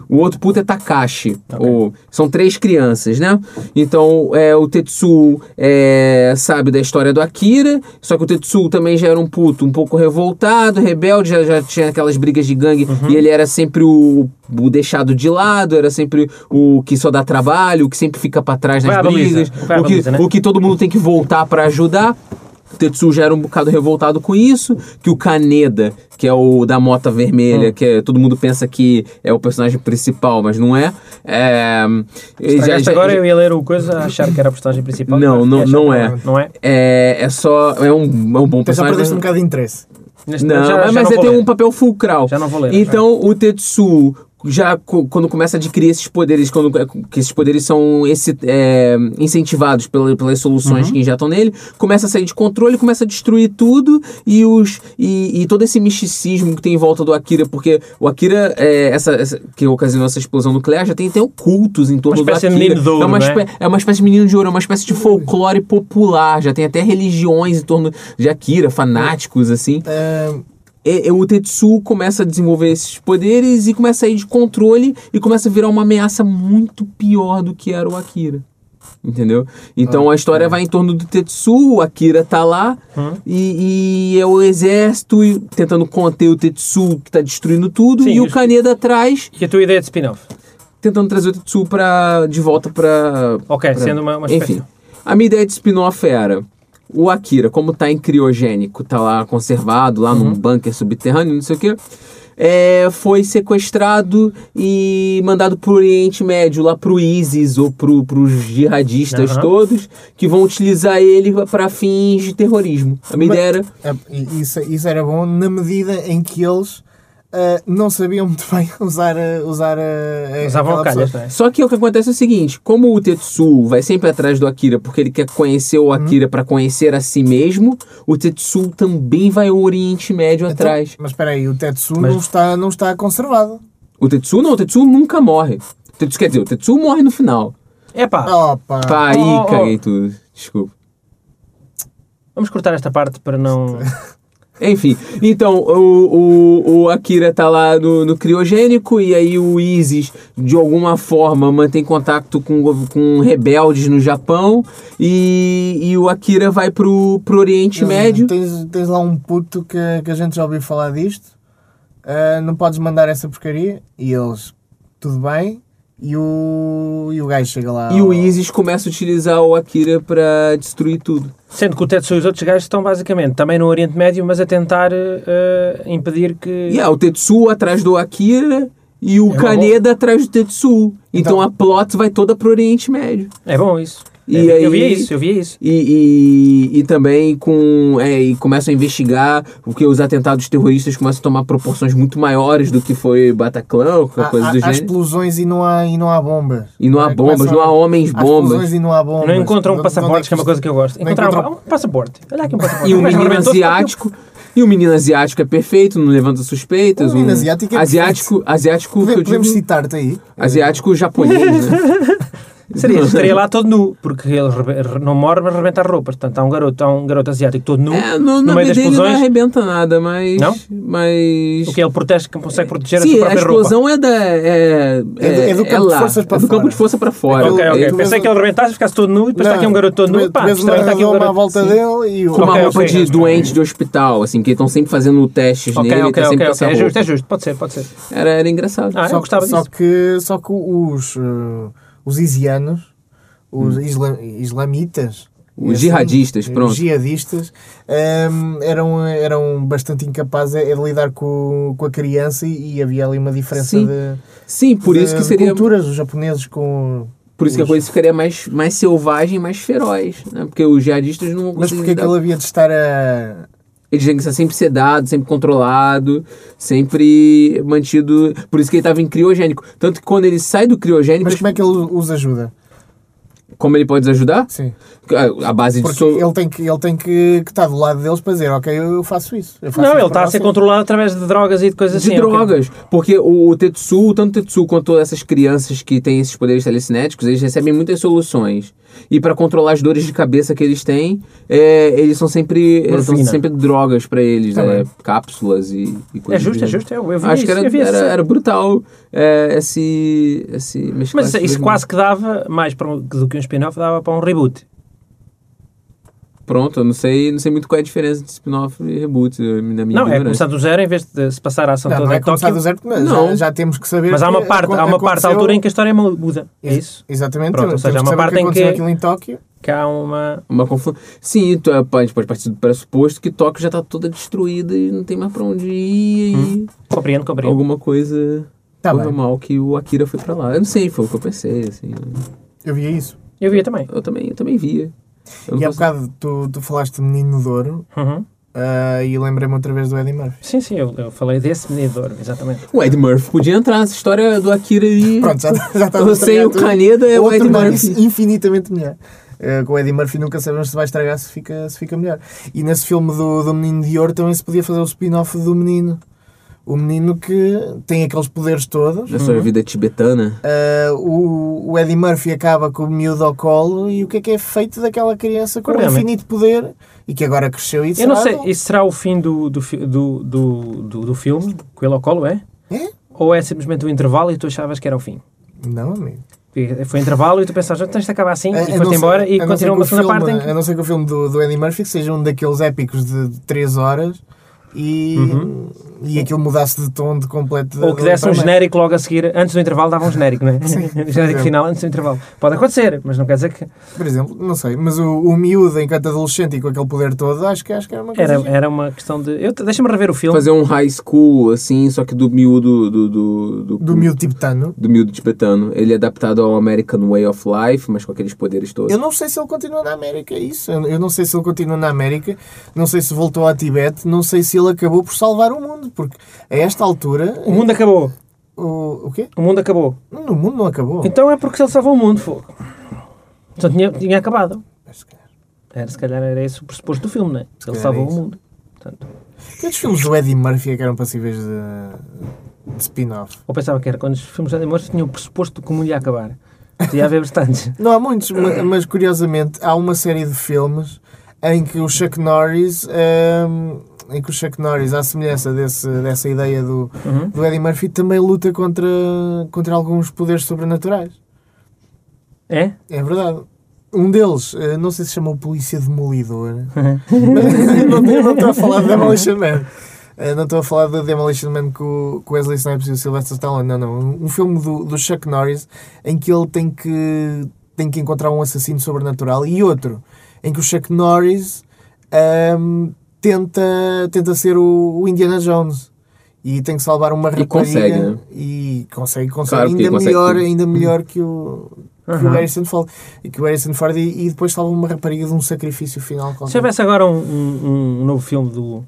S5: O outro puto é Takashi. O- são três crianças, né? Então, é, o Tetsu é, sabe da história do Akira, só que o Tetsu também já era um puto um pouco revoltado, rebelde, já, já tinha aquelas brigas de gangue,
S4: Uhum.
S5: e ele era sempre o, o deixado de lado, era sempre o que só dá trabalho, o que sempre fica pra trás
S4: Vai
S5: nas
S4: a Luísa,
S5: brigas,
S4: vai a
S5: o que,
S4: Luísa, né?
S5: o que todo mundo tem que voltar pra ajudar. O Tetsu já era um bocado revoltado com isso, que o Kaneda, que é o da mota
S4: Hum.
S5: vermelha, que é- todo mundo pensa que é o personagem principal, mas não é. é ele já-
S4: Estragaste
S5: já-
S4: agora
S5: já-
S4: eu ia ler o coisa, achar que era a personagem principal.
S5: Não,
S4: mas
S5: não,
S4: achar
S5: não
S4: que
S5: é.
S4: Não é?
S5: é. é só. É um, é um bom
S3: Então já
S5: personagem.
S3: perdeste um bocado de interesse.
S4: Neste
S5: Não,
S4: momento já-
S5: mas,
S4: já
S5: um mas
S4: não
S5: ele
S4: vou
S5: tem
S4: ler.
S5: um papel fulcral.
S4: Já não vou ler,
S5: Então o Tetsu já co- quando começa a adquirir esses poderes, quando é, que esses poderes são esse, é, incentivados pela- pelas
S4: Uhum.
S5: soluções que injetam nele, começa a sair de controle, começa a destruir tudo e, os, e, e todo esse misticismo que tem em volta do Akira, porque o Akira, é, essa, essa- que ocasionou essa explosão nuclear, já tem até cultos em torno
S4: Uma
S5: do
S4: espécie de
S5: Akira.
S4: menino de ouro,
S5: é, uma
S4: né?
S5: espé- é uma espécie de menino de ouro, é uma espécie de folclore popular, já tem até religiões em torno de Akira, fanáticos, assim
S3: Ahm,
S5: é, é, o Tetsu começa a desenvolver esses poderes e começa a ir de controle e começa a virar uma ameaça muito pior do que era o Akira. Entendeu? Então a história vai em torno do Tetsu, o Akira tá lá e, e é o exército e- tentando conter o Tetsu que tá destruindo tudo
S4: Sim,
S5: e o
S4: os-
S5: Kaneda atrás
S4: E a tua ideia de spin-off?
S5: tentando trazer o Tetsu pra, de volta pra.
S4: Ok,
S5: pra-
S4: sendo uma, uma espécie.
S5: Enfim, a minha ideia de spin-off era. O Akira, como tá em criogênico, tá lá conservado, lá
S4: Uhum.
S5: num bunker subterrâneo, não sei o quê, é, foi sequestrado e mandado pro Oriente Médio, lá pro ISIS ou pro, pros jihadistas
S4: Aham.
S5: todos, que vão utilizar ele pra fins de terrorismo. A minha
S3: Mas-
S5: ideia era.
S3: é, e isso, isso era bom na medida em que eles ah, não sabiam muito bem *laughs* usar, a- usar a, a-
S4: Usavam
S3: aquela
S4: calhas,
S3: pessoa.
S4: não é?
S5: Só que o que acontece é o seguinte: como o Tetsu vai sempre atrás do Akira porque ele quer conhecer
S4: Uhum.
S5: o Akira pra conhecer a si mesmo, o Tetsu também vai ao Oriente Médio
S3: Então,
S5: atrás.
S3: Mas espera aí, o Tetsu
S4: Mas-
S3: não, está, não está conservado.
S5: O Tetsu não, o Tetsu nunca morre. O Tetsu, quer dizer, o Tetsu morre no final.
S4: Epá,
S5: Ah.
S3: Opa!
S5: Pá, aí
S4: Oh, oh.
S5: caguei tudo. Desculpa.
S4: vamos cortar esta parte para não.
S5: Enfim, então o, o, o Akira tá lá no, no criogênico e aí o Isis, de alguma forma, mantém contato com, gov- com rebeldes no Japão e, e o Akira vai pro, pro Oriente
S4: Uhum,
S3: Tens-
S5: Médio.
S3: Tens, tens lá um puto que, que a gente já ouviu falar disto. Ah, não podes mandar essa porcaria. E eles, tudo bem. E o, e o gajo chega lá.
S5: E o
S3: ao-
S5: Isis começa a utilizar o Akira pra destruir tudo.
S4: Sendo que o Tetsu e os outros gajos estão basicamente também no Oriente Médio, mas a tentar eh, impedir que.
S5: E é, o Tetsu atrás do Akira e o
S4: É uma
S5: Kaneda atrás do Tetsu.
S3: Então-
S5: Então, a plot vai toda pro Oriente Médio.
S4: É bom isso.
S5: E
S4: É,
S5: aí-
S4: Eu via isso, eu via isso.
S5: E, e, e também com. É, e começam a investigar porque os atentados terroristas começam a tomar proporções muito maiores do que foi Bataclan, ou qualquer
S3: Há,
S5: coisa
S3: há-
S5: do
S3: há
S5: gênero.
S3: explosões e não há, e não há bombas.
S5: E não há bombas,
S3: Começam-
S5: não há homens
S3: há
S5: bombas.
S3: explosões e não há bombas.
S4: Não encontram um
S3: Onde- onde
S4: passaporte, que é uma coisa que eu gosto.
S3: não
S4: Encontraram
S3: encontram-
S4: um passaporte. Olha aqui um passaporte.
S5: E um
S4: Mas
S5: menino
S4: realmente todos
S5: asiático. E o menino asiático é perfeito, não levanta suspeitas. um
S3: O menino asiático é
S5: asiático, asiático, que eu
S3: Podemos,
S5: digo,
S3: podemos citar-te aí.
S5: asiático japonês, né?
S4: *laughs* Seria, estaria lá todo nu, porque ele rebe- re- não morre, mas arrebenta as roupas. Portanto, há um garoto, há um garoto asiático todo nu,
S5: É,
S4: no
S5: no, na
S4: meio das
S5: medida ele não
S4: explosões,
S5: arrebenta nada, mas.
S4: Não?
S5: Mas.
S4: o que ele protege, que consegue proteger a
S5: É. Sim,
S4: sua
S5: a
S4: própria roupa.
S5: explosão é da. É,
S3: É do- é do campo de
S5: lá,
S3: forças pra
S5: é do campo
S3: fora.
S5: de força pra fora.
S4: Ok,
S5: É
S4: ok.
S5: do-
S3: mesmo-
S4: Pensei que ele arrebentasse, ficasse todo nu, e depois está aqui um garoto todo nu. Pá,
S3: Pá,
S4: estranho, está aqui um
S3: à
S4: garoto.
S3: volta dele e o.
S5: Com uma
S4: Ok,
S5: roupa
S4: ok,
S5: de
S4: ok.
S5: doente de hospital, assim, que estão sempre fazendo testes
S4: Ok,
S5: nele,
S4: ok,
S5: tá sempre
S4: ok. ok.
S5: com essa
S4: É justo,
S5: roupa.
S4: é justo. Pode ser, pode ser.
S5: Era, era engraçado.
S4: Ah, eu
S3: só,
S4: gostava
S3: só
S4: disso.
S3: que só que os eh, os isianos os isla- islamitas
S5: Os
S3: e assim,
S5: jihadistas, pronto.
S3: os jihadistas ehm, eram eram bastante incapazes é de lidar com, com a criança e, e havia ali uma diferença
S5: Sim.
S3: de,
S5: Sim, por
S3: de-
S5: isso que
S3: de
S5: seria.
S3: culturas os japoneses com
S5: Por isso que a
S3: os-
S5: coisa ficaria mais, mais selvagem, mais feroz. Né? Porque os jihadistas não vão
S3: mas
S5: conseguir
S3: porque é que
S5: lidar-
S3: ele havia de estar a
S5: Ele tinha que ser sempre sedado, sempre controlado, sempre mantido. Por isso que ele estava em criogênico. Tanto que quando ele sai do criogênico,
S3: mas como é que ele os ajuda
S5: como ele pode ajudar?
S3: sim
S5: A base de
S3: porque
S5: so-
S3: ele tem que ele tem que, que estar do lado deles para dizer ok eu faço isso eu faço
S4: Não,
S3: isso
S4: ele
S3: para
S4: está a ser
S3: vocês."
S4: controlado através de drogas e de coisas
S5: de
S4: assim. ok.
S5: drogas. Porque o, o Tetsu, tanto o Tetsu quanto essas crianças que têm esses poderes telecinéticos, eles recebem muitas soluções. E para controlar as dores de cabeça que eles têm, é, eles são sempre. eles são
S4: Morfina. Tá
S5: sempre drogas para eles, né? Cápsulas e, e
S4: É
S5: coisas. do
S4: justo, é
S5: gênero.
S4: justo. Eu, eu vi
S5: Acho
S4: isso,
S5: que
S4: eu vi
S5: era,
S4: isso.
S5: era, era brutal é, esse. esse mesclar
S4: Mas isso,
S5: esses
S4: isso
S5: dois
S4: quase que dava, mais para um- do que um spin-off, dava para um reboot.
S5: mundos. Pronto, eu não sei, não sei muito qual é a diferença entre spin-off e reboot, eu- na minha
S4: Não, é
S5: ignorância.
S4: começar do zero em vez de se passar a ação
S3: não,
S4: toda
S3: não é
S4: em Tóquio.
S3: começar do zero, mas
S5: Não.
S3: já, já temos que saber
S4: Mas há uma
S3: que
S4: parte, há uma parte à
S3: aconteceu-
S4: altura em que a história mu- muda. É isso?
S3: Exatamente.
S4: Pronto, ou
S3: temos
S4: seja,
S3: que
S4: há uma
S3: saber o
S4: parte
S3: que
S4: em
S3: aconteceu
S4: que-
S3: aquilo em Tóquio.
S4: Que há uma.
S5: Uma confusão. Sim, tu, é, pá, a gente pode partir do pressuposto que Tóquio já tá toda destruída e não tem mais pra onde ir.
S4: Hum,
S5: E
S4: Compreendo, compreendo.
S5: alguma coisa
S3: Tá
S5: correu
S3: bem.
S5: mal que o Akira foi pra lá. Eu não sei, foi o que eu pensei, assim.
S3: Eu via isso.
S4: Eu via também.
S5: Eu também, eu também via. Eu não
S3: E há
S5: consigo-
S3: bocado tu, tu falaste de Menino Douro.
S4: Uhum.
S3: Ah, e lembrei-me outra vez do Eddie Murphy.
S4: Sim, sim, eu, eu falei desse medidor, exatamente.
S5: O Ed Murphy podia entrar nessa história do Akira e.
S3: Pronto, já, já estás a
S5: Sem
S3: estragar
S5: o
S3: tudo.
S5: Caneda é o
S3: Outro
S5: Ed
S3: nariz
S5: Murphy.
S3: infinitamente melhor. Eh, com o Eddie Murphy nunca sabemos se vai estragar, se fica, se fica melhor. E nesse filme do, do Menino de Ouro também se podia fazer o spin-off do menino. O menino que tem aqueles poderes todos.
S5: Da sua vida tibetana.
S3: Eh, o, o Eddie Murphy acaba com o miúdo ao colo e o que é que é feito daquela criança com um
S4: Realmente.
S3: infinito poder e que agora cresceu e
S4: Eu não
S3: será
S4: sei,
S3: adulto?
S4: isso será o fim do, do, fi- do, do, do, do filme, com ele ao colo, é?
S3: É?
S4: Ou é simplesmente um intervalo e tu achavas que era o fim?
S3: Não, amigo.
S4: Porque Foi um intervalo e tu pensas, "Ah, tens de acabar assim,
S3: A-
S4: e
S3: a É, não
S4: foste
S3: ser-
S4: embora e
S3: a não ser
S4: continua
S3: que
S4: uma
S3: o
S4: segunda
S3: filme-
S4: parte em que...
S3: A não ser que o filme do, do Eddie Murphy seja um daqueles épicos de 3 horas e, e aquilo mudasse de tom de completo.
S4: Uhum. Ou que desse um genérico logo a seguir, antes do intervalo dava um genérico,
S3: *laughs*
S4: não é? *laughs* Um genérico final antes do intervalo. Pode acontecer, mas não quer dizer que...
S3: Por exemplo, não sei, mas o, o miúdo enquanto adolescente e com aquele poder todo, acho que, acho que era uma coisa.
S4: Era,
S3: gira.
S4: era uma questão de... Eu- Deixa-me rever o filme.
S5: Fazer um high school, assim, só que do miúdo. Do, do, do,
S3: Do miúdo tipo tibetano.
S5: do miúdo tibetano. Ele é adaptado ao American Way of Life, mas com aqueles poderes todos.
S3: Eu não sei se ele continua na América, é isso. Eu eu não sei se ele continua na América, não sei se voltou ao Tibete, não sei se ele acabou por salvar o mundo, porque a esta altura.
S4: O mundo acabou.
S3: O, o quê?
S4: O mundo acabou.
S3: No mundo não acabou.
S4: Então é porque ele salvou o mundo, fogo. Então tinha, tinha acabado. Era, se calhar era esse o pressuposto do filme, não é? Ele
S3: calhar
S4: salvou
S3: é
S4: o
S3: isso.
S4: mundo. Portanto,
S3: Quantos filmes do Eddie Murphy é que eram passíveis de, de spin-off?
S4: ou pensava que era quando os filmes de Morris tinham o pressuposto de que o mundo ia acabar. Ia haver bastantes. *laughs*
S3: Não há muitos, ma- mas curiosamente há uma série de filmes em que o Chuck Norris. hum, em que o Chuck Norris, à semelhança desse, dessa ideia do,
S4: Uhum.
S3: do Eddie Murphy, também luta contra, contra alguns poderes sobrenaturais.
S4: É?
S3: É verdade. Um deles, eh, não sei se chama o Polícia Demolidor,
S5: *laughs*
S3: mas não, eu não estou a falar de Demolition Man. Eh, Não estou a falar de Demolition Man com com Wesley Snipes e o Sylvester Stallone, não, não. Um filme do, do Chuck Norris em que ele tem que, tem que encontrar um assassino sobrenatural e outro em que o Chuck Norris ahm, tenta, tenta ser o, o Indiana Jones. E tem que salvar uma rapariga
S5: consegue, né?
S3: e consegue, consegue
S5: Claro que
S3: ainda
S5: consegue
S3: melhor,
S5: tudo.
S3: ainda melhor que o, que o
S4: Aham.
S3: Harrison Ford e que o Harrison Ford e, e depois estava uma rapariga de um sacrifício final qualquer.
S4: Se houvesse agora um, um- um novo filme do.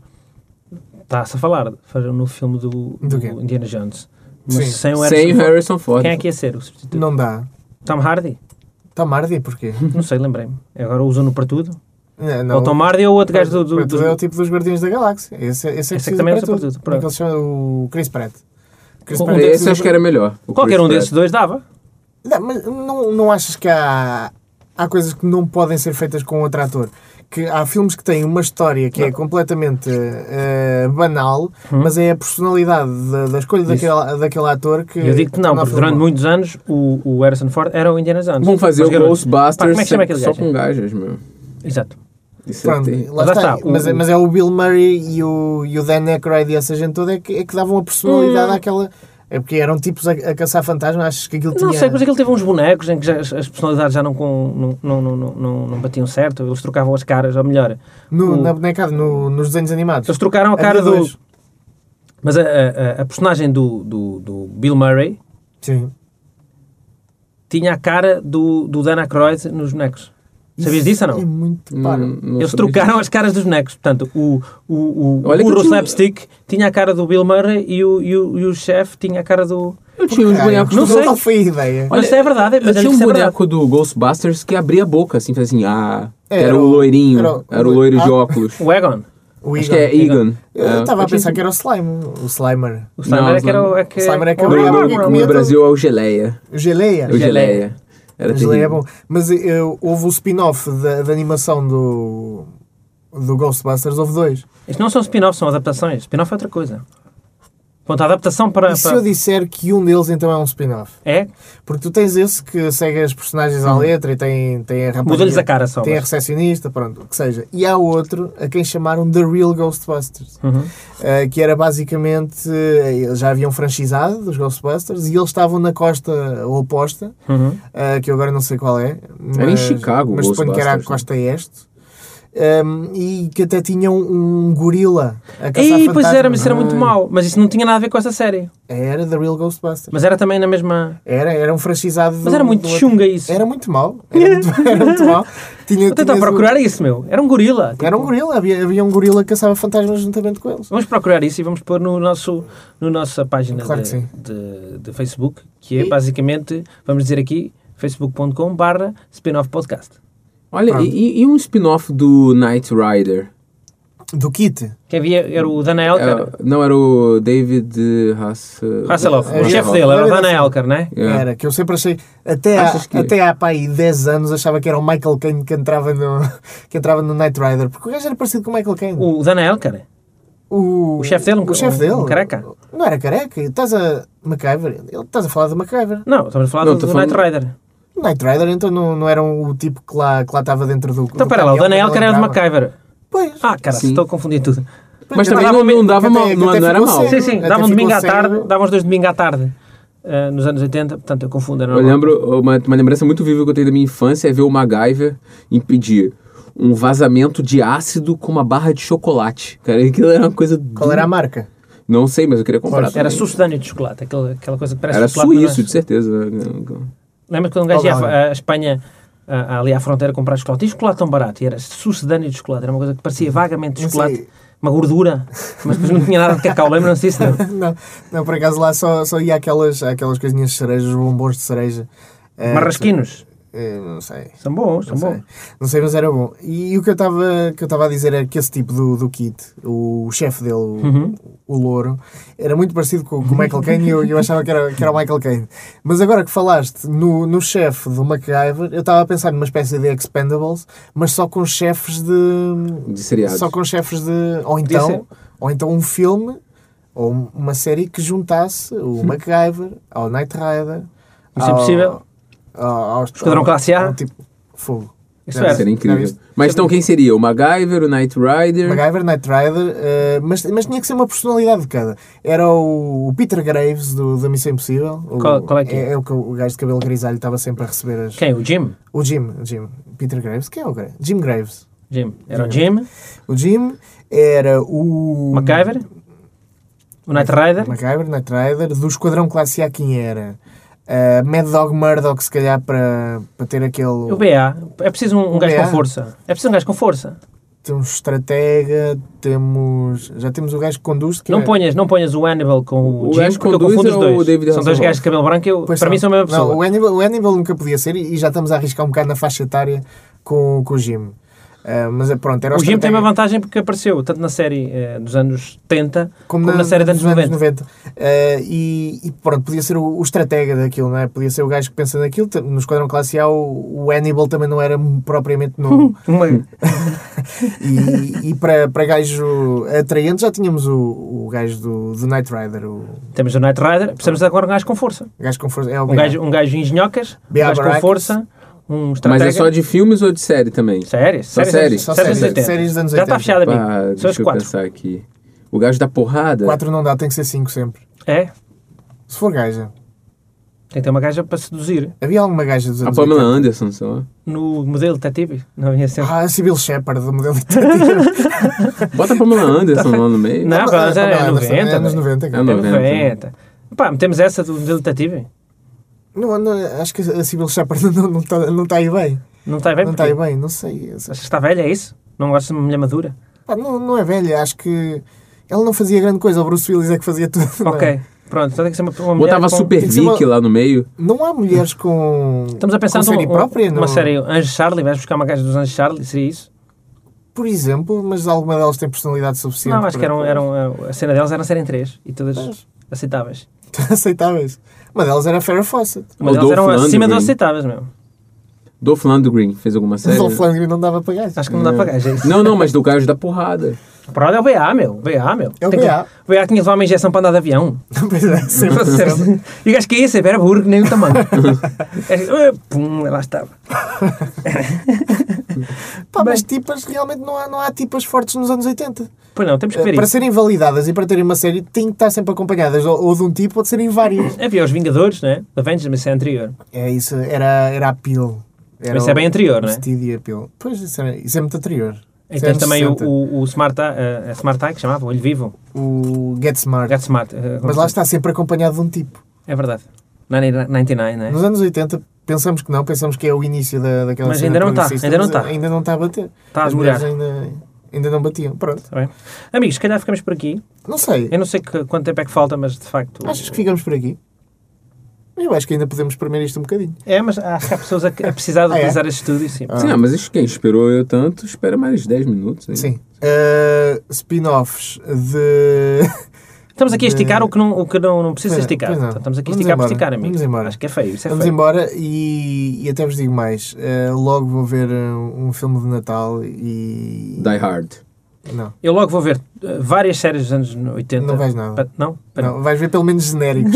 S4: Está-se a falar, de fazer um novo filme do,
S3: Do quê?
S4: do Indiana Jones. Mas
S3: Sim.
S4: sem o Harrison
S5: Sem
S4: Ford.
S5: Harrison Ford.
S4: Quem é que ia ser o substituto?
S3: não dá
S4: Tom Hardy?
S3: Tom Hardy
S4: *laughs*
S3: porquê
S4: Não sei, lembrei-me. Agora usam-no para tudo.
S3: não,
S4: Ou É Tom Hardy ou outro gajo do. do,
S3: Para
S4: do-
S3: tudo é o tipo dos Guardiões da Galáxia esse, esse é que
S4: Esse é que
S3: precisa
S4: também
S3: para
S4: usa para
S3: tudo.
S4: tudo,
S3: Como é que
S4: pronto.
S3: ele se chama? o Chris Pratt Chris
S4: Um
S3: Pratt é que
S5: Esse
S3: precisa
S5: acho que era melhor. O
S4: Qualquer
S5: Chris
S4: um desses
S5: Pratt.
S4: dois dava.
S3: Não, mas não, não achas que há, há coisas que não podem ser feitas com outro ator? Que há filmes que têm uma história que é completamente eh, banal,
S4: Hum.
S3: mas é a personalidade da, da escolha daquele, daquele ator que.
S4: Eu digo que não, porque
S3: afirma.
S4: durante muitos anos o, o Harrison Ford era o Indiana Jones.
S5: Vamos fazer
S4: Mas
S5: o
S4: garoto- Pá,
S5: Ghostbusters
S4: como é que chama aquele
S5: só
S4: gajo?
S5: com gajas, meu.
S4: Exato.
S5: Isso é
S3: Pronto,
S5: terrível.
S3: lá
S4: Mas lá
S3: está.
S4: está, o-
S3: Mas, é- mas é o Bill Murray e o, e o Dan Aykroyd e essa gente toda é que, é que davam a
S4: Hum.
S3: personalidade àquela. É porque eram tipos a, a caçar fantasmas, achas que aquilo tinha.
S4: Não sei, é mas aquele teve uns bonecos em que já as, as personalidades já não, com, não, não, não, não, não batiam certo, eles trocavam as caras, ou melhor,
S3: no,
S4: o-
S3: Na bonecada, no- nos desenhos animados.
S4: eles trocaram a
S3: Havia
S4: cara do.
S3: dois.
S4: Mas a, a- a- a personagem do, do, do Bill Murray
S3: Sim.
S4: tinha a cara do, do Dan Aykroyd nos bonecos. Sabias disso ou
S3: É
S4: não?
S3: muito
S5: Não-
S3: paro.
S5: não
S4: Eles
S5: sabia
S4: trocaram
S5: disso.
S4: as caras dos bonecos. Portanto, o, o, o,
S5: Olha
S4: o
S5: que eu
S4: Bruce
S5: tinha-
S4: Lapstick tinha a cara do Bill Murray e o, e o, e o chefe tinha a cara do.
S5: Eu tinha uns
S3: Ah,
S5: bonecos
S3: eu-
S4: Não
S5: do
S4: sei.
S3: Qual foi a ideia?
S4: Mas isso é verdade,
S5: Eu
S4: mas
S5: tinha
S4: ele
S5: um
S4: disse a verdade.
S5: boneco do Ghostbusters que abria a boca, assim, fazia assim, ah...
S3: Era
S4: É,
S5: Era, o
S3: o-
S5: loirinho,
S3: era o-
S5: era, o loiro de
S3: Ah.
S5: óculos.
S4: *laughs* O Egon.
S3: O
S5: Acho
S3: Igor.
S5: que é Egan.
S3: Eu
S5: É,
S3: estava a
S5: acho que-
S3: pensar que era o Slime, o Slimer.
S4: O Slimer
S5: Não,
S4: é que era o. É que...
S3: o Slimer é que era
S4: o
S3: o-
S4: Egon.
S3: que
S5: No,
S3: comia
S5: no
S3: todo-
S5: Brasil é o Geleia.
S3: O Geleia.
S5: É o Geleia. Era
S3: O Geleia é
S5: terrível.
S3: bom. Mas eh, houve o spin-off da, da animação do, do Ghostbusters, houve dois.
S4: Isto não são spin-offs, são adaptações. Spin-off é outra coisa. Ponto, a adaptação para.
S3: E se
S4: para-
S3: eu disser que um deles então é um spin-off?
S4: É?
S3: Porque tu tens esse que segue as personagens à letra e tem, tem a rapariga-
S4: Hum. Muda-lhes a cara só.
S3: Tem a
S4: mas-
S3: recepcionista, pronto, o que seja. E há outro a quem chamaram The Real Ghostbusters.
S4: Uhum.
S3: Uh, que era basicamente uh, eles já haviam franchizado dos Ghostbusters e eles estavam na costa oposta,
S4: Uhum.
S3: uh, que eu agora não sei qual é. Mas,
S5: Chicago,
S3: Mas suponho que era a
S5: Ghostbusters, é?
S3: costa este. Uh, um, e que até tinham um gorila a caçar
S4: Ei, pois
S3: fantasmas. é?
S4: era, mas isso era muito mau. Mas isso não tinha nada a ver com essa série.
S3: Era The Real Ghostbusters.
S4: Mas era também na mesma.
S3: Era, era um franchisado.
S4: Mas era muito
S3: chungo
S4: chunga isso.
S3: é Era muito mal. Era muito, *laughs* era muito mal. Tinha,
S4: Vou tentar
S3: tinhas
S4: procurar isso, meu. Era um gorila.
S3: Um, era um gorila. Havia, havia um gorila que caçava fantasmas juntamente com eles.
S4: Vamos procurar isso e vamos pôr no nosso no nossa página
S3: Claro
S4: de,
S3: que sim.
S4: de- de Facebook, que é basicamente, vamos dizer aqui, facebook.com barra spin-off podcast.
S5: Olha, e, e um spin-off do Knight Rider?
S3: Do Kit.
S4: Quem via era o Dana Elker.
S5: É, não, era o David Hass...
S4: Hasselhoff,
S3: é,
S4: o
S3: é,
S4: chefe
S3: é,
S4: dele, era o
S3: é,
S4: Dana
S3: é,
S4: Elker, né?
S5: Yeah.
S3: Era, que eu sempre achei. Até há,
S5: Achas que- é?
S3: até há pá, aí 10 anos achava que era o Michael Caine que entrava no, *laughs* que entrava no Knight Rider. Porque o gajo era parecido com o Michael Caine.
S4: O Dana Elker.
S3: O,
S4: o chefe dele, um-
S3: o chefe
S4: um-
S3: dele.
S4: um careca.
S3: Não era careca. Estás a. MacGyver. Ele- Estás a falar de MacGyver.
S4: Não, estamos a falar
S5: Não,
S4: do,
S5: tô
S4: do
S5: falando-
S4: Knight Rider.
S3: Knight Rider então não, não era o tipo que lá, que lá estava dentro do.
S4: Então,
S3: do
S4: pera lá, o
S3: caminhão,
S4: Dana
S3: quando
S4: Elker
S3: ele
S4: era de
S3: entrava.
S4: MacGyver.
S3: Pois.
S4: Ah, cara,
S5: Sim.
S4: estou a confundir tudo.
S5: Mas
S3: Eu
S5: também
S3: dava
S5: não, não
S3: medo,
S5: dava
S3: que
S5: mal,
S3: até- que
S5: não,
S3: até
S5: não era
S3: ficou cedo.
S5: mal.
S4: Sim, sim,
S3: Até
S4: davam um domingo à
S3: ficou
S4: tarde,
S3: cedo.
S4: davam os dois domingo à tarde, eh, nos anos 80, portanto eu confundo. era
S5: Eu
S4: normal.
S5: lembro, uma, uma lembrança muito viva que eu tenho da minha infância é ver o MacGyver impedir um vazamento de ácido com uma barra de chocolate. Cara, aquilo era uma coisa...
S3: Qual era a marca?
S5: Não sei, mas eu queria comprar.
S3: Pois,
S4: Era
S5: também.
S4: sucedâneo de chocolate, aquela, aquela coisa que parece
S5: Era
S4: chocolate.
S5: suíço,
S4: não é?
S5: de certeza. né?
S4: Lembra quando um gajo ia
S3: Olga,
S4: à- à Espanha, a- ali à fronteira, comprar chocolate? E chocolate tão barato? E era sucedâneo de chocolate, era uma coisa que parecia vagamente
S3: Hum. Não
S4: chocolate,
S3: sei.
S4: uma gordura, mas depois não tinha nada de cacau, lembram-se disso?
S3: *laughs*
S4: não?
S3: Não, não, por acaso lá só, só ia aquelas, aquelas coisinhas de cereja, os bombons de cereja. Eh,
S4: Marrasquinos,
S3: eh, não sei.
S4: são bons, são
S3: Não sei.
S4: bons.
S3: não sei, mas era bom. E, o que eu estava que eu estava a dizer era que esse tipo do, do kit, o, chefe dele, o, o louro, era muito parecido com, com o Michael Caine e eu, eu achava que era, que era o Michael Caine. Mas agora que falaste no, no chefe do MacGyver, eu estava a pensar numa espécie de Expendables, mas só com chefes de.
S5: De seriado.
S3: Só com chefes de. Ou
S4: Podia ser.
S3: então, ou então um filme ou uma série que juntasse o MacGyver ao Knight Rider.
S4: Hum. Isso é
S3: ao-
S4: possível.
S3: ao- ao-
S4: Esquadrão
S3: ao-
S4: Classe A.
S3: ao tipo, fogo.
S4: Isso é
S3: Não,
S4: era.
S5: Seria
S3: Já
S5: incrível.
S3: viste?
S5: Mas então quem seria? O MacGyver, o Knight Rider?
S3: né? MacGyver, Knight Rider, eh, mas, mas tinha que ser uma personalidade de cada. Era o, o Peter Graves do, da Missão Impossível. O,
S4: Qual- qual é que é?
S3: É, o, que o gajo de cabelo grisalho estava sempre a receber as.
S4: Quem? O Jim?
S3: O Jim, o Jim. Peter Graves? Quem é o Graves? Jim Graves.
S4: Jim. Era o Jim,
S3: O Jim era o.
S4: MacGyver, o Knight Rider,
S3: MacGyver, Knight Rider. Do Esquadrão Classe A, quem era? Eh, Mad Dog Murdoch, se calhar, para, para ter aquele.
S4: o BA. É preciso um, um
S3: O
S4: gajo
S3: BA.
S4: com força. É preciso um gajo com força.
S3: Temos Estratega, temos. Já temos o gajo que conduz. Que
S4: Não
S3: é-
S4: ponhas, não ponhas o Hannibal com o,
S5: O
S4: Jim,
S5: gajo
S4: porque eu
S5: conduz
S4: confundo os
S5: é o
S4: dois.
S5: David
S4: são dois
S5: Hasselhoff.
S4: gajos de cabelo branco, eu, para
S3: Pois
S4: mim são a mesma pessoa.
S3: Não, o, Hannibal, o Hannibal nunca podia ser e e já estamos a arriscar um bocado na faixa etária com, com o Jim. Ah, mas é, pronto, era
S4: O Jim tem
S3: estratega,
S4: uma vantagem porque apareceu tanto na série eh, dos anos 70 como,
S3: na-
S4: na, série dos anos
S3: nos
S4: 90.
S3: 90. Ah, e, e pronto, podia ser o, o estratega daquilo, não é? Podia ser o gajo que pensa naquilo. T- No Esquadrão Classe A, o, o Hannibal também não era propriamente
S4: *laughs*
S3: novo.
S4: Uma-
S3: *laughs* e e para, para gajo atraente já tínhamos o, o gajo do, do Knight Rider, o
S4: Temos o Knight Rider, precisamos de agora um gajo com força.
S3: gajo com força. É o
S4: Um gajo, um gajo engenhocas, um
S3: B.A.
S4: gajo com
S3: Baracus.
S4: força, um estratega.
S5: Mas é só de filmes ou de série também?
S4: Séries?
S5: Só séries?
S3: Só
S4: Séries dos
S3: séries,
S4: 80.
S3: séries dos anos
S4: Já está
S3: 80.
S4: fechado, amigo.
S5: Pá,
S4: são
S5: Ah, deixa
S4: os
S5: eu
S4: quatro.
S5: pensar aqui. O gajo da porrada?
S3: 4 não dá, tem que ser 5 sempre.
S4: É?
S3: Se for gaja.
S4: Tem que ter uma gaja para seduzir.
S3: Havia alguma gaja dos
S5: A
S3: anos
S5: Pamela
S3: 80?
S5: Anderson, sei lá.
S4: No modelo detetive, não ia ser.
S3: Ah, a Sibyl Shepard, do
S4: *laughs*
S3: modelo
S4: Tá,
S3: italiano.
S5: Bota
S3: *laughs*
S5: a Pamela
S3: Tá.
S5: Anderson lá no meio.
S4: Não, mas
S3: Ah,
S4: é
S3: Pamela Anderson,
S4: 90,
S3: é anos
S4: velho.
S3: 90. cara.
S5: É
S4: É
S5: 90.
S4: 90. Pá, metemos essa do modelo detetive?
S3: Não, não, acho que a Sibyl Shepard não- não está não tá aí bem.
S4: Não está bem?
S3: não está
S4: porquê?
S3: aí bem, não sei.
S4: Achas que está velha, é isso? Não gosto de uma mulher madura?
S3: Pá, não, não é velha, acho que ela não fazia grande coisa, o Bruce Willis é que fazia tudo. não é?
S4: Ok, pronto, então tem que ser uma, uma mulher.
S5: Botava
S4: com-
S5: Super
S3: tem que ser uma-
S5: Vic lá no meio.
S3: Não há mulheres com.
S4: Estamos a pensar
S3: com série
S4: numa
S3: própria,
S4: uma
S3: não-
S4: série Anjo Charlie, vais buscar uma gaja dos Anjos Charlie, seria isso?
S3: Por exemplo, mas alguma delas tem personalidade suficiente.
S4: não, acho que um-
S3: para-
S4: eram, eram, eram- a cena delas era serem três e todas
S3: Pois.
S4: aceitáveis.
S3: *laughs* Aceitáveis. Uma delas era a Farrah Fawcett.
S4: Mas
S5: O
S4: elas
S5: Dolph
S4: eram acima
S5: Lundgren.
S4: das aceitáveis mesmo.
S5: Dolph Lundgren fez alguma
S3: O
S5: série?
S3: Dolph Lundgren não dava para *laughs* gajo.
S4: Acho que não dá para gaja. é isso.
S5: Não, não, mas do gajo da porrada.
S4: A parada é o BA, meu. BA, meu.
S3: É o
S4: Tem que-
S3: BA.
S4: O BA tinha que levar uma injeção para andar
S3: *laughs*
S4: de avião.
S3: Pois é, sempre.
S4: e o gajo caía sem Burger nem o
S5: *laughs*
S4: tamanho. Eh, Pum, lá estava.
S3: Pá, mas tipas, realmente não há, não há tipas fortes nos anos 80.
S4: Pois não, temos que ver
S3: Para
S4: isso.
S3: serem validadas e para terem uma série, têm que estar sempre acompanhadas, ou, ou de um tipo ou de serem várias.
S4: Havia os Vingadores, né? Avengers, mas isso é anterior.
S3: É isso, era, era a Peel. Era
S4: Isso é bem anterior,
S3: o
S4: não é?
S3: Steady Appeal. Pois, isso, era- isso é muito anterior.
S4: E tens também o,
S3: 160.
S4: o, o Smart, Eye, eh, a Smart Eye, que chamava, o Olho Vivo.
S3: O Get Smart.
S4: Get Smart. eh,
S3: Mas lá está sempre acompanhado de um tipo.
S4: É verdade. 99, não é?
S3: Nos anos 80, pensamos que não, pensamos que é o início da, daquela
S4: Mas
S3: cena
S4: ainda não tá,
S3: progressista,
S4: ainda não
S3: mas
S4: tá.
S3: Ainda não está a bater.
S4: Está a
S3: As mulheres
S4: esmolhar.
S3: ainda, ainda não batiam. Pronto.
S4: Tá bem. Amigos, se calhar ficamos por aqui.
S3: Não sei.
S4: Eu não sei que- quanto tempo é que falta, mas de facto.
S3: Achas que ficamos por aqui? Eu acho que ainda podemos premer isto um bocadinho.
S4: É, mas acho que há pessoas a, a precisar de
S3: Ah, é?
S4: utilizar este estúdio, sim.
S5: Sim, ah, mas isto, quem esperou eu tanto, espera mais 10 minutos. hein?
S3: Sim. Ah, Spin-offs de.
S4: Estamos aqui a esticar
S3: De-
S4: o que não, o que não, não precisa
S3: Pois não,
S4: esticar.
S3: pois não.
S4: Portanto, estamos aqui a
S3: Vamos
S4: esticar
S3: embora,
S4: por esticar, amigos.
S3: vamos embora.
S4: Acho que é feio. Isso é
S3: Vamos
S4: feio.
S3: embora e, e até vos digo mais. Ah, logo vou ver ah, um filme de Natal e.
S5: Die Hard.
S3: Não,
S4: Eu logo vou ver eh, várias séries dos anos 80.
S3: não vais nada.
S4: Pa- não? Pa-
S3: Não, vais ver pelo menos
S4: *laughs*
S3: genéricos.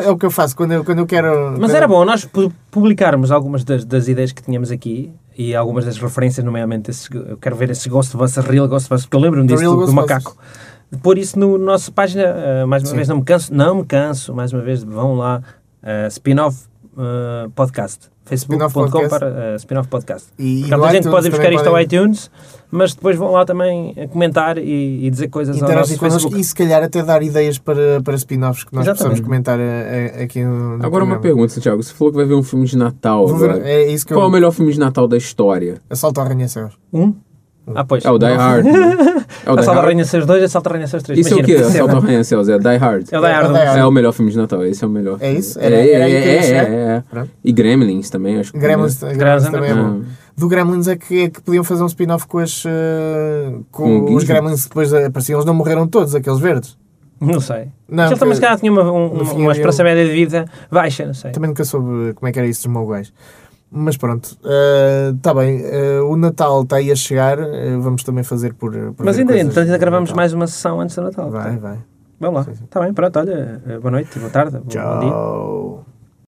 S3: É, o que, é o que eu faço quando eu, quando eu quero.
S4: Mas
S3: quando-
S4: era bom nós pu- publicarmos algumas das, das ideias que tínhamos aqui e algumas das referências, nomeadamente esses, eu quero ver esse Ghostbusters, Real Ghostbusters, porque eu lembro-me
S3: The
S4: disso,
S3: Real
S4: do, do
S3: Ghostbusters.
S4: macaco. Pôr isso no- na nossa página, ah, mais uma
S3: Sim.
S4: vez, não me canso, não me canso, mais uma vez, vão lá, ah, spin-off ah, podcast, facebook.com
S3: Podcast.
S4: para ah, spin-off podcast.
S3: E,
S4: Porque
S3: e
S4: há
S3: no
S4: muita gente que
S3: iTunes
S4: pode ir buscar
S3: também
S4: isto ao
S3: podem
S4: iTunes, mas depois vão lá também a comentar e, e dizer coisas ao nosso
S3: Interagir connosco
S4: Facebook.
S3: e se calhar até dar ideias para, para spin-offs que nós
S4: Exatamente.
S3: possamos comentar eh, eh, aqui no, no
S5: Agora uma
S3: programa.
S5: pergunta, Santiago. Você falou que vai ver um filme de Natal
S3: Vou ver-
S5: agora.
S3: é isso que
S5: Qual é o
S3: eu.
S5: melhor filme de Natal da história?
S3: Assalto ao Arranha-Céus.
S4: Um? Ah, pois.
S5: É o Die
S3: *laughs*
S5: Hard. né? É o Die
S4: Assalto ao
S5: Hard.
S4: Rainha Seus 2 e Assalto ao Rainha Seus 3.
S5: Isso é o quê? Assalto ao Arranha Céus. É Die Hard.
S4: É o Die Hard.
S3: É o Die Hard.
S5: É o melhor filme de Natal. Esse é o melhor.
S3: É isso?
S5: É,
S3: Era-
S5: é,
S3: era aí que eu ia
S5: é,
S3: chegar?
S5: é, é.
S3: Pronto.
S5: E Gremlins também, acho que.
S3: Gremlins,
S4: Uhum.
S3: Gremlins também é
S5: né?
S3: bom.
S5: Ah,
S3: Do Gremlins é que, é que podiam fazer um spin-off com, as, eh,
S5: Com o
S3: com
S5: Gizmo.
S3: os Gremlins que depois apareciam. Eles não morreram todos, aqueles verdes.
S4: Não sei.
S3: Não,
S4: Mas ele também,
S3: que-
S4: se calhar, tinha uma, um-
S3: no
S4: uma,
S3: fim
S4: uma
S3: havia
S4: esperança
S3: um-
S4: média de vida baixa, não sei.
S3: Também nunca soube como é que era isso dos moguais. Mas pronto, está bem. eh, o Natal está aí a chegar. eh, vamos também fazer por. por
S4: Mas
S3: ver
S4: ainda,
S3: coisas
S4: entretanto, ainda
S3: do
S4: gravamos
S3: Natal.
S4: mais uma sessão antes do Natal.
S3: assim, né, Vai, vai.
S4: Tá Vamos lá. Está bem, pronto, olha. Boa noite, boa tarde, bom dia.
S3: Tchau.